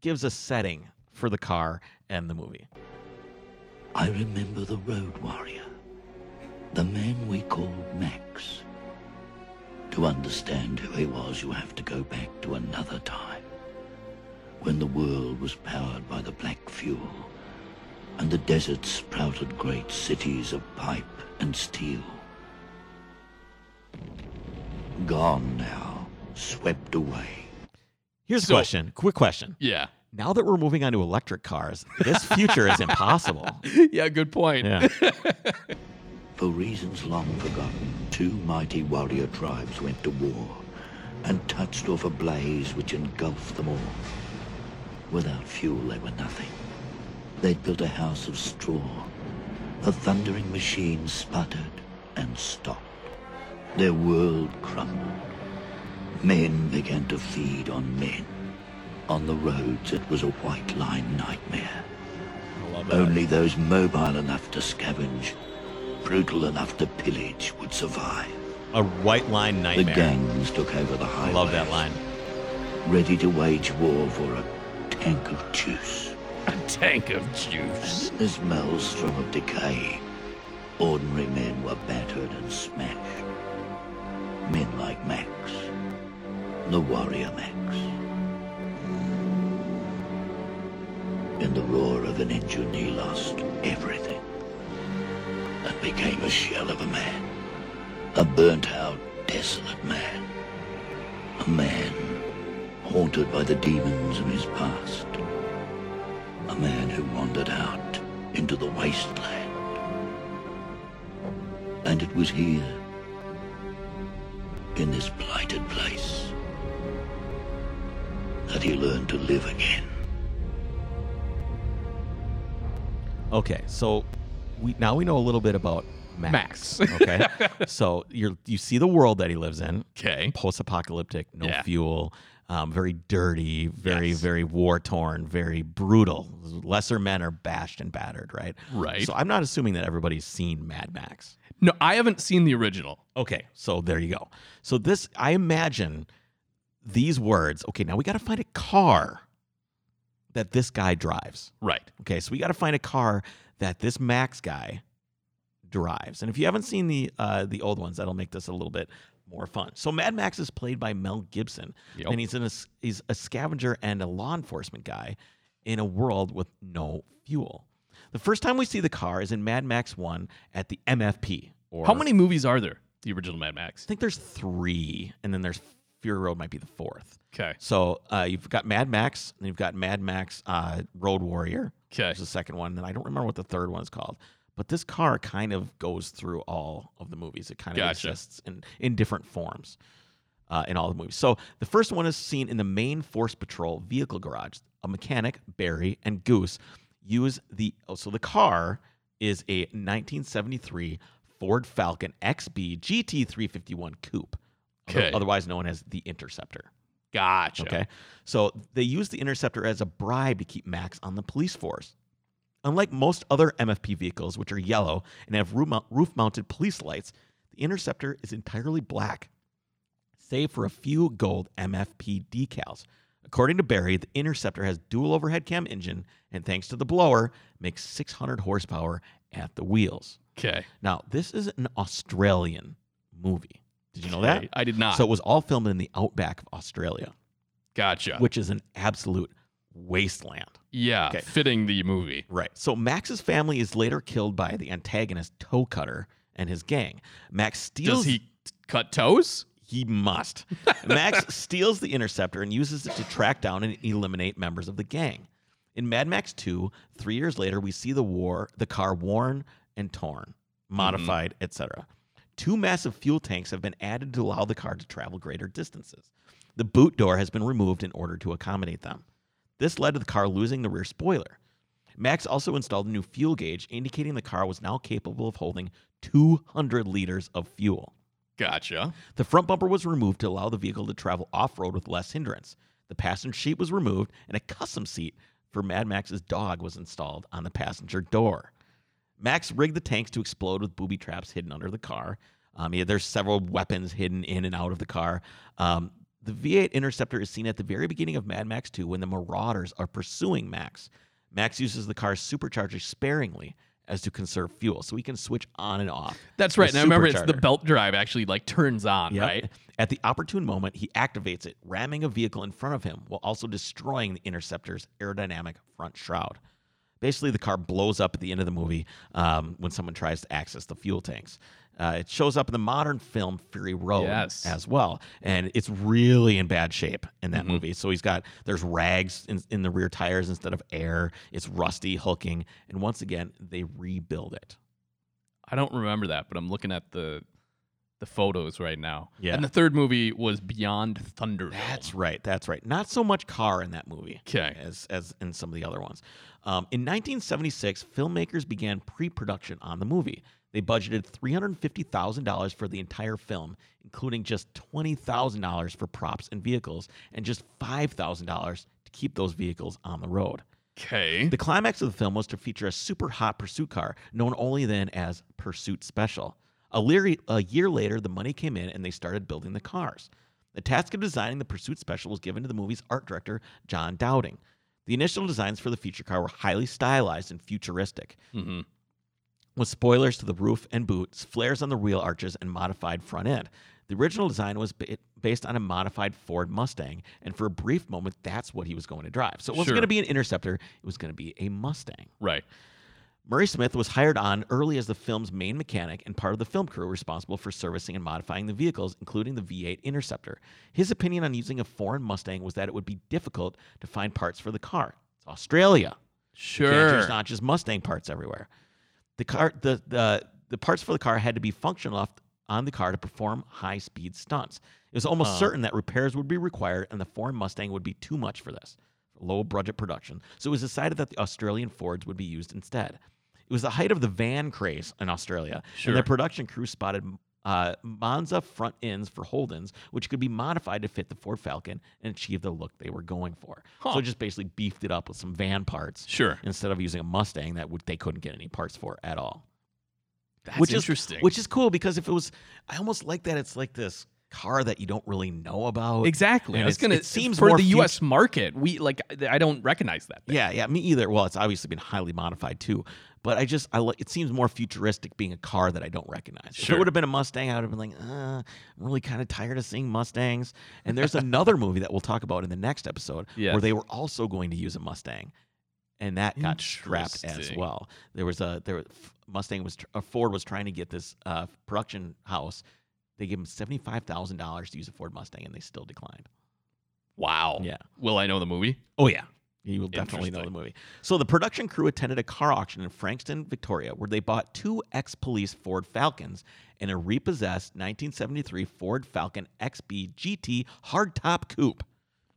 S3: gives a setting for the car and the movie.
S12: I remember the road warrior, the man we called Max. To understand who he was, you have to go back to another time, when the world was powered by the black fuel, and the desert sprouted great cities of pipe and steel. Gone now, swept away.
S3: Here's a
S12: So-
S3: question. Quick question.
S4: Yeah.
S3: Now that we're moving on to electric cars, this future is impossible.
S4: yeah, good point.
S3: Yeah.
S12: For reasons long forgotten, two mighty warrior tribes went to war and touched off a blaze which engulfed them all. Without fuel, they were nothing. They'd built a house of straw. The thundering machine sputtered and stopped. Their world crumbled. Men began to feed on men. On the roads, it was a white line nightmare. Only those mobile enough to scavenge, brutal enough to pillage, would survive.
S3: A white line nightmare.
S12: The gangs took over the highways.
S3: Love that line.
S12: Ready to wage war for a tank of juice.
S4: A tank of juice.
S12: In this maelstrom of decay, ordinary men were battered and smashed. Men like Max, the warrior Max. In the roar of an engine, he lost everything and became a shell of a man. A burnt out, desolate man. A man haunted by the demons of his past. A man who wandered out into the wasteland. And it was here, in this blighted place, that he learned to live again.
S3: Okay, so we now we know a little bit about Max.
S4: Max.
S3: okay, so you you see the world that he lives in.
S4: Okay,
S3: post-apocalyptic, no
S4: Yeah.
S3: fuel, um, very dirty, very very war torn, very brutal. Lesser men are bashed and battered, right?
S4: Right.
S3: So I'm not assuming that everybody's seen Mad Max.
S4: No, I haven't seen the original.
S3: Okay, so there you go. So this, I imagine, these words. Okay, now we got to find a car that this guy drives.
S4: Right.
S3: Okay, so we got to find a car that this Max guy drives. And if you haven't seen the uh, the old ones, that'll make this a little bit more fun. So Mad Max is played by Mel Gibson,
S4: Yep.
S3: and he's in a, s- he's a scavenger and a law enforcement guy in a world with no fuel. The first time we see the car is in Mad Max One at the MFP. Or
S4: How many movies are there? The original Mad Max. I
S3: think there's three, and then there's Fury Road might be the fourth.
S4: Okay.
S3: So uh, you've got Mad Max, and you've got Mad Max uh, Road Warrior.
S4: Okay.
S3: Which is the second one. And I don't remember what the third one is called. But this car kind of goes through all of the movies. It kind of
S4: Gotcha.
S3: exists in, in different forms uh, in all the movies. So the first one is seen in the main Force Patrol vehicle garage. A mechanic, Barry, and Goose use the. Oh, so the car is a 1973 Ford Falcon XB GT351 Coupe, other-
S4: Okay.
S3: otherwise known as the Interceptor.
S4: Gotcha.
S3: Okay. So they use the Interceptor as a bribe to keep Max on the police force. Unlike most other MFP vehicles, which are yellow and have roof mounted police lights, the Interceptor is entirely black, save for a few gold MFP decals. According to Barry, the Interceptor has dual overhead cam engine and, thanks to the blower, makes 600 horsepower at the wheels.
S4: Okay.
S3: Now, this is an Australian movie. Did you know that?
S4: Okay, I did not.
S3: So it was all filmed in the outback of Australia.
S4: Gotcha.
S3: Which is an absolute wasteland.
S4: Yeah,
S3: Okay.
S4: fitting the movie.
S3: Right. So Max's family is later killed by the antagonist Toe Cutter and his gang. Max steals.
S4: Does he cut toes?
S3: He must. Max steals the interceptor and uses it to track down and eliminate members of the gang. In Mad Max 2, three years later, we see the war, the car worn and torn, modified, etc. Two massive fuel tanks have been added to allow the car to travel greater distances. The boot door has been removed in order to accommodate them. This led to the car losing the rear spoiler. Max also installed a new fuel gauge, indicating the car was now capable of holding 200 liters of fuel.
S4: Gotcha.
S3: The front bumper was removed to allow the vehicle to travel off road with less hindrance. The passenger seat was removed, and a custom seat for Mad Max's dog was installed on the passenger door. Max rigged the tanks to explode with booby traps hidden under the car. Um, yeah, there's several weapons hidden in and out of the car. Um, the V8 Interceptor is seen at the very beginning of Mad Max 2 when the Marauders are pursuing Max. Max uses the car's supercharger sparingly as to conserve fuel, so he can switch on and off.
S4: That's
S3: the
S4: right. And I remember it's the
S3: supercharger.
S4: belt drive actually like turns on,
S3: Yep.
S4: right?
S3: At the opportune moment, he activates it, ramming a vehicle in front of him while also destroying the interceptor's aerodynamic front shroud. Basically, the car blows up at the end of the movie um, when someone tries to access the fuel tanks. Uh, it shows up in the modern film Fury Road
S4: Yes.
S3: as well, and it's really in bad shape in that movie. So he's got there's rags in, in the rear tires instead of air. It's rusty hooking, and once again they rebuild it.
S4: I don't remember that, but I'm looking at the the photos right now.
S3: Yeah.
S4: And the third movie was Beyond Thunder.
S3: That's right. That's right. Not so much car in that movie.
S4: Okay.
S3: As as in some of the other ones. Um, in 1976, filmmakers began pre-production on the movie. They budgeted $350,000 for the entire film, including just $20,000 for props and vehicles, and just $5,000 to keep those vehicles on the road.
S4: Okay.
S3: The climax of the film was to feature a super hot pursuit car, known only then as Pursuit Special. A, lear- a year later, the money came in and they started building the cars. The task of designing the Pursuit Special was given to the movie's art director, John Dowding. The initial designs for the feature car were highly stylized and futuristic,
S4: Mm-hmm.
S3: with spoilers to the roof and boots, flares on the wheel arches, and modified front end. The original design was ba- based on a modified Ford Mustang, and for a brief moment, that's what he was going to drive. So it wasn't
S4: Sure.
S3: going to be an Interceptor, it was going to be a Mustang.
S4: Right.
S3: Murray Smith was hired on early as the film's main mechanic and part of the film crew responsible for servicing and modifying the vehicles, including the V8 Interceptor. His opinion on using a foreign Mustang was that it would be difficult to find parts for the car. It's Australia. You can't
S4: Sure.
S3: just- not just Mustang parts everywhere. The car, the the the parts for the car had to be functional enough on the car to perform high speed stunts. It was almost
S4: Huh.
S3: certain that repairs would be required, and the foreign Mustang would be too much for this low budget production. So it was decided that the Australian Fords would be used instead. It was the height of the van craze in Australia, and
S4: Sure.
S3: the production crew spotted. Uh, Monza front ends for Holdens, which could be modified to fit the Ford Falcon and achieve the look they were going for. So
S4: Huh.
S3: just basically beefed it up with some van parts
S4: Sure.
S3: instead of using a Mustang that would, they couldn't get any parts for at all.
S4: That's
S3: which
S4: interesting.
S3: Is, which is cool because if it was, I almost like that it's like this car that you don't really know about.
S4: Exactly.
S3: And
S4: I was
S3: it's-
S4: gonna
S3: It seems
S4: for
S3: more
S4: the
S3: fut-
S4: U.S. market. We like I I don't recognize that.
S3: Yeah, yeah, me either. Well, it's obviously been highly modified too, but I just I like it seems more futuristic being a car that I don't recognize. If it
S4: Sure.
S3: would have been a Mustang, I would have been like, uh, I'm really kind of tired of seeing Mustangs. And there's another movie that we'll talk about in the next episode where
S4: Yes.
S3: they were also going to use a Mustang, and that got scrapped as
S4: Interesting.
S3: well. There was a there was- Mustang was tr- uh, Ford was trying to get this uh, production house. They gave them seventy five thousand dollars to use a Ford Mustang, and they still declined.
S4: Wow.
S3: Yeah.
S4: Will I know the movie?
S3: Oh yeah. You will definitely know the
S4: Interesting.
S3: movie. So the production crew attended a car auction in Frankston, Victoria, where they bought two ex-police Ford Falcons and a repossessed 1973 Ford Falcon XB GT hardtop coupe.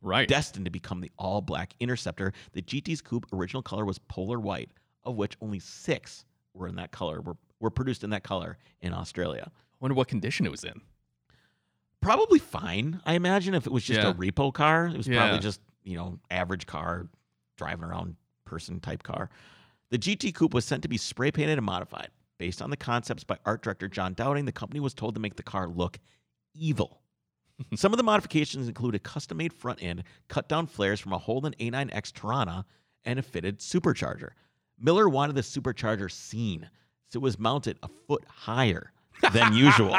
S4: Right.
S3: Destined to become the all-black Interceptor, the GT's coupe original color was polar white, of which only 6 were in that color were, were produced in that color in Australia.
S4: wonder what condition it was in.
S3: Probably fine. I imagine if it was just
S4: Yeah.
S3: a repo car, it was
S4: Yeah.
S3: probably just, you know, average car, driving around person type car. The GT Coupe was sent to be spray painted and modified. Based on the concepts by art director John Dowding, the company was told to make the car look evil. Some of the modifications include a custom made front end, cut down flares from a Holden A9X Tirana, and a fitted supercharger. Miller wanted the supercharger seen, so it was mounted a foot higher than usual.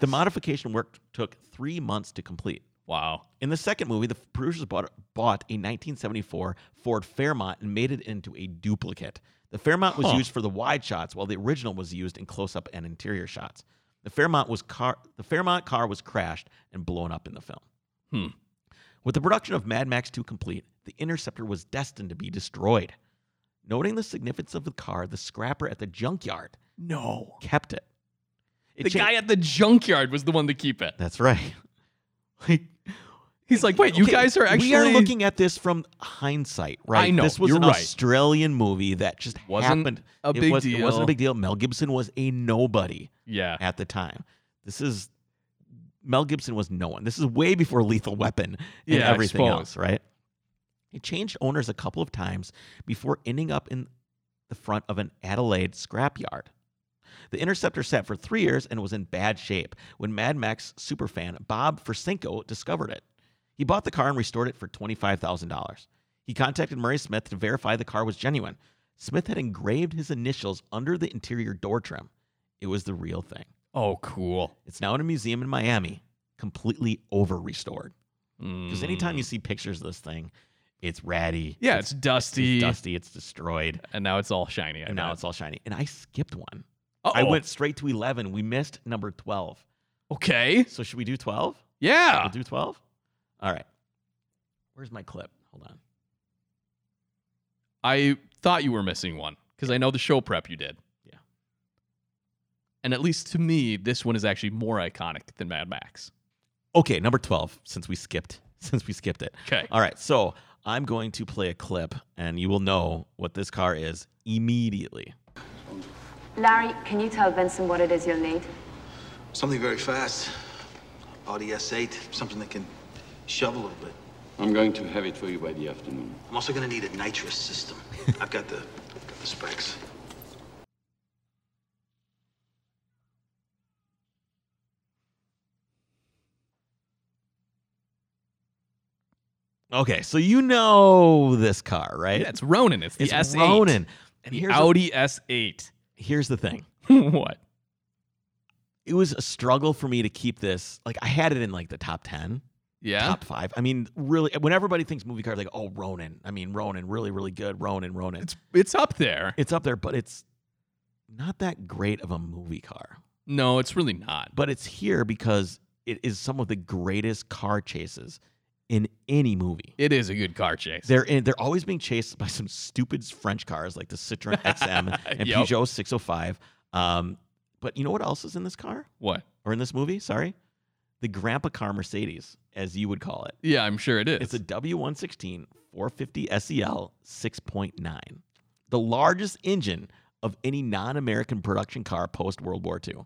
S3: The modification work took three months to complete.
S4: Wow.
S3: In the second movie, the producers bought, bought a 1974 Ford Fairmont and made it into a duplicate. The Fairmont was
S4: Huh.
S3: used for the wide shots, while the original was used in close-up and interior shots. The Fairmont was car the Fairmont car was crashed and blown up in the film.
S4: Hmm.
S3: With the production of Mad Max 2 complete, the Interceptor was destined to be destroyed. Noting the significance of the car, the scrapper at the junkyard
S4: No.
S3: kept it. It
S4: the
S3: cha-
S4: guy at the junkyard was the one to keep it.
S3: That's right. Like
S4: He's like, wait, you
S3: Okay,
S4: guys are actually
S3: We are looking at this from hindsight, right?
S4: know,
S3: This was
S4: you're
S3: an
S4: right.
S3: Australian movie that just
S4: Wasn't
S3: happened.
S4: a
S3: it
S4: big
S3: was, It wasn't
S4: deal. Uh,
S3: a big deal. Mel Gibson was a nobody.
S4: Yeah.
S3: At the time, this is Mel Gibson was no one. This is way before Lethal Weapon and
S4: Yeah, I
S3: everything
S4: suppose.
S3: else, right? It changed owners a couple of times before ending up in the front of an Adelaide scrapyard. The Interceptor sat for three years and was in bad shape when Mad Max superfan Bob Forsenko discovered it. He bought the car and restored it for $25,000. He contacted Murray Smith to verify the car was genuine. Smith had engraved his initials under the interior door trim. It was the real thing.
S4: Oh, cool.
S3: It's now in a museum in Miami, completely over restored.
S4: Mm.
S3: Because anytime you see pictures of this thing, it's ratty.
S4: Yeah, it's dusty.
S3: It's dusty. It's destroyed.
S4: And now it's all shiny. I
S3: and now
S4: bet.
S3: it's all shiny. And I skipped one. I
S4: Uh-oh.
S3: went straight to 11. We missed number 12.
S4: Okay.
S3: So should we do 12?
S4: Yeah.
S3: We'll do 12? All right. Where's my clip? Hold on.
S4: I thought you were missing one because I know the show prep you did.
S3: Yeah.
S4: And at least to me, this one is actually more iconic than Mad Max.
S3: Okay, number 12 since we skipped since we skipped it.
S4: Okay.
S3: All right. So, I'm going to play a clip and you will know what this car is immediately.
S13: Larry, can you tell Vincent what it is you'll need?
S14: Something very fast. Audi S8, something that can shove a little bit.
S15: I'm going to have it for you by the afternoon.
S14: I'm also going to need a nitrous system. I've got the, got the specs.
S3: Okay, so you know this car, right?
S4: Yeah, it's Ronin. It's the
S3: It's
S4: S8.
S3: Ronin. And
S4: the
S3: here's a-
S4: Audi S8.
S3: Here's the thing.
S4: what?
S3: It was a struggle for me to keep this. Like I had it in like the top 10.
S4: Yeah.
S3: Top 5. I mean, really when everybody thinks movie cars like, "Oh, Ronin." I mean, Ronin really really good. Ronin, Ronin. It's
S4: it's up there.
S3: It's up there, but it's not that great of a movie car.
S4: No, it's really not.
S3: But it's here because it is some of the greatest car chases in any movie.
S4: It is a good car chase.
S3: They're in, they're always being chased by some stupid French cars like the Citroen XM and
S4: Yup.
S3: Peugeot 605. Um, but you know what else is in this car?
S4: What?
S3: Or in this movie? Sorry, the Grandpa car Mercedes, as you would call it.
S4: Yeah, I'm sure it is.
S3: It's a W116 450 SEL 6.9, the largest engine of any non-American production car post World War II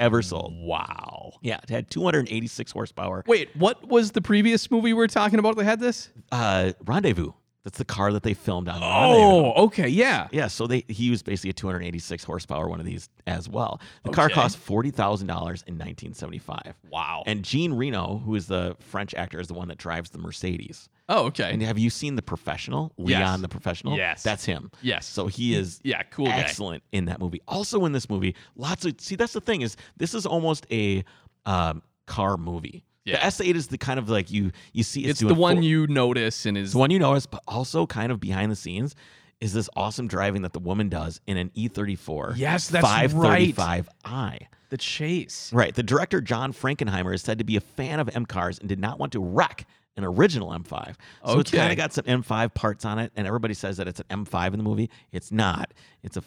S3: ever sold.
S4: Wow.
S3: Yeah, it had 286 horsepower.
S4: Wait, what was the previous movie we were talking about that had this?
S3: Uh, Rendezvous. That's the car that they filmed on. Rendezvous.
S4: Oh, okay. Yeah.
S3: Yeah, so they he used basically a 286 horsepower one of these as well. The car
S4: Okay.
S3: cost forty thousand dollars in 1975.
S4: Wow.
S3: And Jean Reno, who is the French actor, is the one that drives the Mercedes.
S4: Oh, okay.
S3: And have you seen the professional?
S4: Yes.
S3: Leon the professional.
S4: Yes.
S3: that's him.
S4: Yes.
S3: So he is.
S4: Yeah, cool guy.
S3: Excellent in that movie. Also in this movie, lots of see. That's the thing is this is almost a um, car movie.
S4: Yeah.
S3: The S8 is the kind of like you you see. It's,
S4: It's the
S3: doing
S4: one
S3: four-
S4: you notice and is
S3: the one you notice, but also kind of behind the scenes is this awesome driving that the woman does in an E E34.
S4: Yes, that's right.
S3: 535i.
S4: the chase.
S3: Right. The director John Frankenheimer is said to be a fan of M cars and did not want to wreck an original M5. So it's
S4: Okay.
S3: kind of got some M5 parts on it, and everybody says that it's an M5 in the movie. It's not. It's a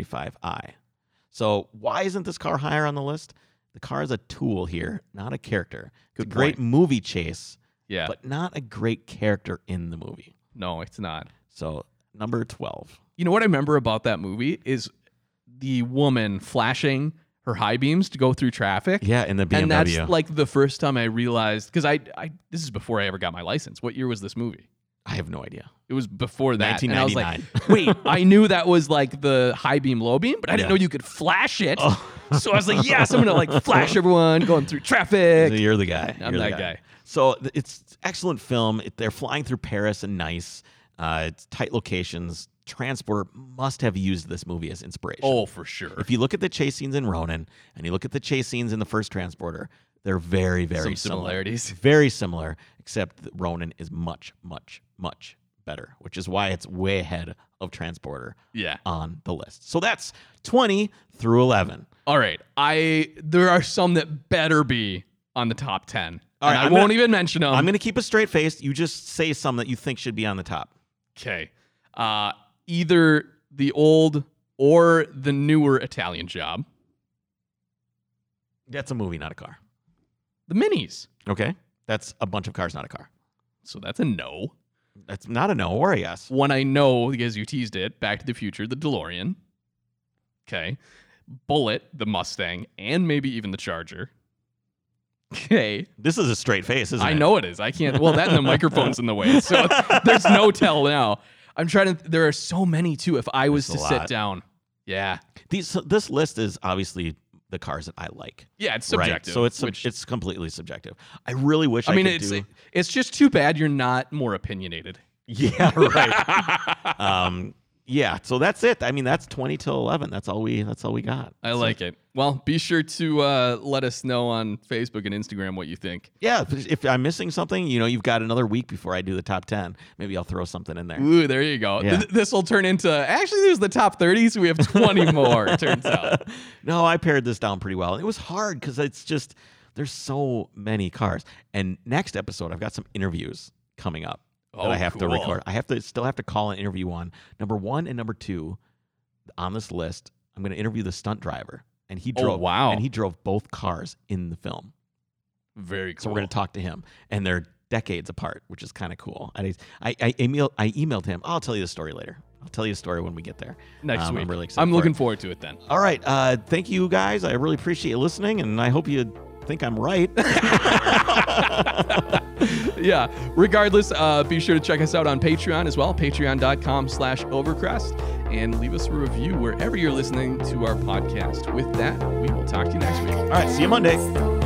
S3: 535i. So why isn't this car higher on the list? The car is a tool here, not a character. It's a great movie chase,
S4: Yeah.
S3: but not a great character in the movie.
S4: No, it's not.
S3: So number twelve.
S4: You know what I remember about that movie is the woman flashing her high beams to go through traffic.
S3: Yeah, in the
S4: And that's
S3: BMW.
S4: like the first time I realized because I, I this is before I ever got my license. What year was this movie?
S3: I have no idea.
S4: It was before that. And I was like,
S3: 1999.
S4: wait, I knew that was like the high beam, low beam, but I didn't
S3: Yeah. Oh.
S4: know you could flash it. So I was like, yes, I'm gonna like flash everyone going through traffic.
S3: You're the guy.
S4: I'm
S3: You're the
S4: that guy.
S3: So th- it's excellent film. It- They're flying through Paris and Nice. Uh, it's tight locations. Transporter must have used this movie as inspiration.
S4: Oh, for sure.
S3: If you look at the chase scenes in Ronin and you look at the chase scenes in the first Transporter, they're very, very
S4: Some
S3: similar.
S4: similarities.
S3: Very similar, except that Ronin is much, much, much better, which is why it's way ahead of Transporter
S4: Yeah.
S3: on the list. So that's 20 through 11.
S4: All right, I there are some that better be on the top ten.
S3: All right,
S4: And I
S3: I'm
S4: won't
S3: gonna-
S4: even mention them.
S3: I'm going to keep a straight face. You just say some that you think should be on the top.
S4: Okay. Uh, either the old or the newer Italian job.
S3: That's a movie, not a car.
S4: The minis.
S3: Okay. That's a bunch of cars, not a car.
S4: So that's a no.
S3: That's not a no or a yes.
S4: One I know because you teased it Back to the Future, the DeLorean. Okay. Bullet, the Mustang, and maybe even the Charger. Okay.
S3: This is a straight face, isn't
S4: I
S3: it?
S4: know it is. I can't. Well, that and the microphone's in the way. So it's- there's no tell now. I'm trying to. There are so many too. If I was
S3: There's
S4: to
S3: a
S4: sit
S3: lot.
S4: down, yeah,
S3: These so this list is obviously the cars that I like.
S4: Yeah, it's subjective,
S3: Right? So it's sub- it's completely subjective. I really wish. I,
S4: I mean,
S3: could
S4: it's
S3: do-
S4: it's just too bad you're not more opinionated.
S3: Yeah, right. um, yeah. So that's it. I mean, that's twenty till eleven. That's all we. That's all we got.
S4: I like it. Well, be sure to uh, let us know on Facebook and Instagram what you think.
S3: Yeah. If, if I'm missing something, you know, you've got another week before I do the top ten. Maybe I'll throw something in there.
S4: Ooh, there you go.
S3: Yeah.
S4: this will turn into actually there's the top 30, so we have 20 more. It turns out.
S3: no, I pared this down pretty well. It was hard because it's just there's so many cars. And next episode, I've got some interviews coming up that
S4: Oh,
S3: I have
S4: cool.
S3: to record. I have to still have to call and interview one. Number one and number two on this list. I'm going to interview the stunt driver, and he
S4: Oh,
S3: drove.
S4: wow.
S3: And he drove both cars in the film.
S4: Very cool.
S3: So we're going to talk to him, and they're decades apart, which is kind of cool. I, I I email I emailed him. I'll tell you the story later. I'll tell you the story when we get there.
S4: Next
S3: Um,
S4: week.
S3: I'm really excited.
S4: I'm
S3: for
S4: looking
S3: it.
S4: forward to it then.
S3: All right. Uh, thank you guys. I really appreciate you listening, and I hope you think I'm right.
S4: yeah regardless uh, be sure to check us out on patreon as well patreon.com slash overcrest and leave us a review wherever you're listening to our podcast with that we will talk to you next week all
S3: right see you monday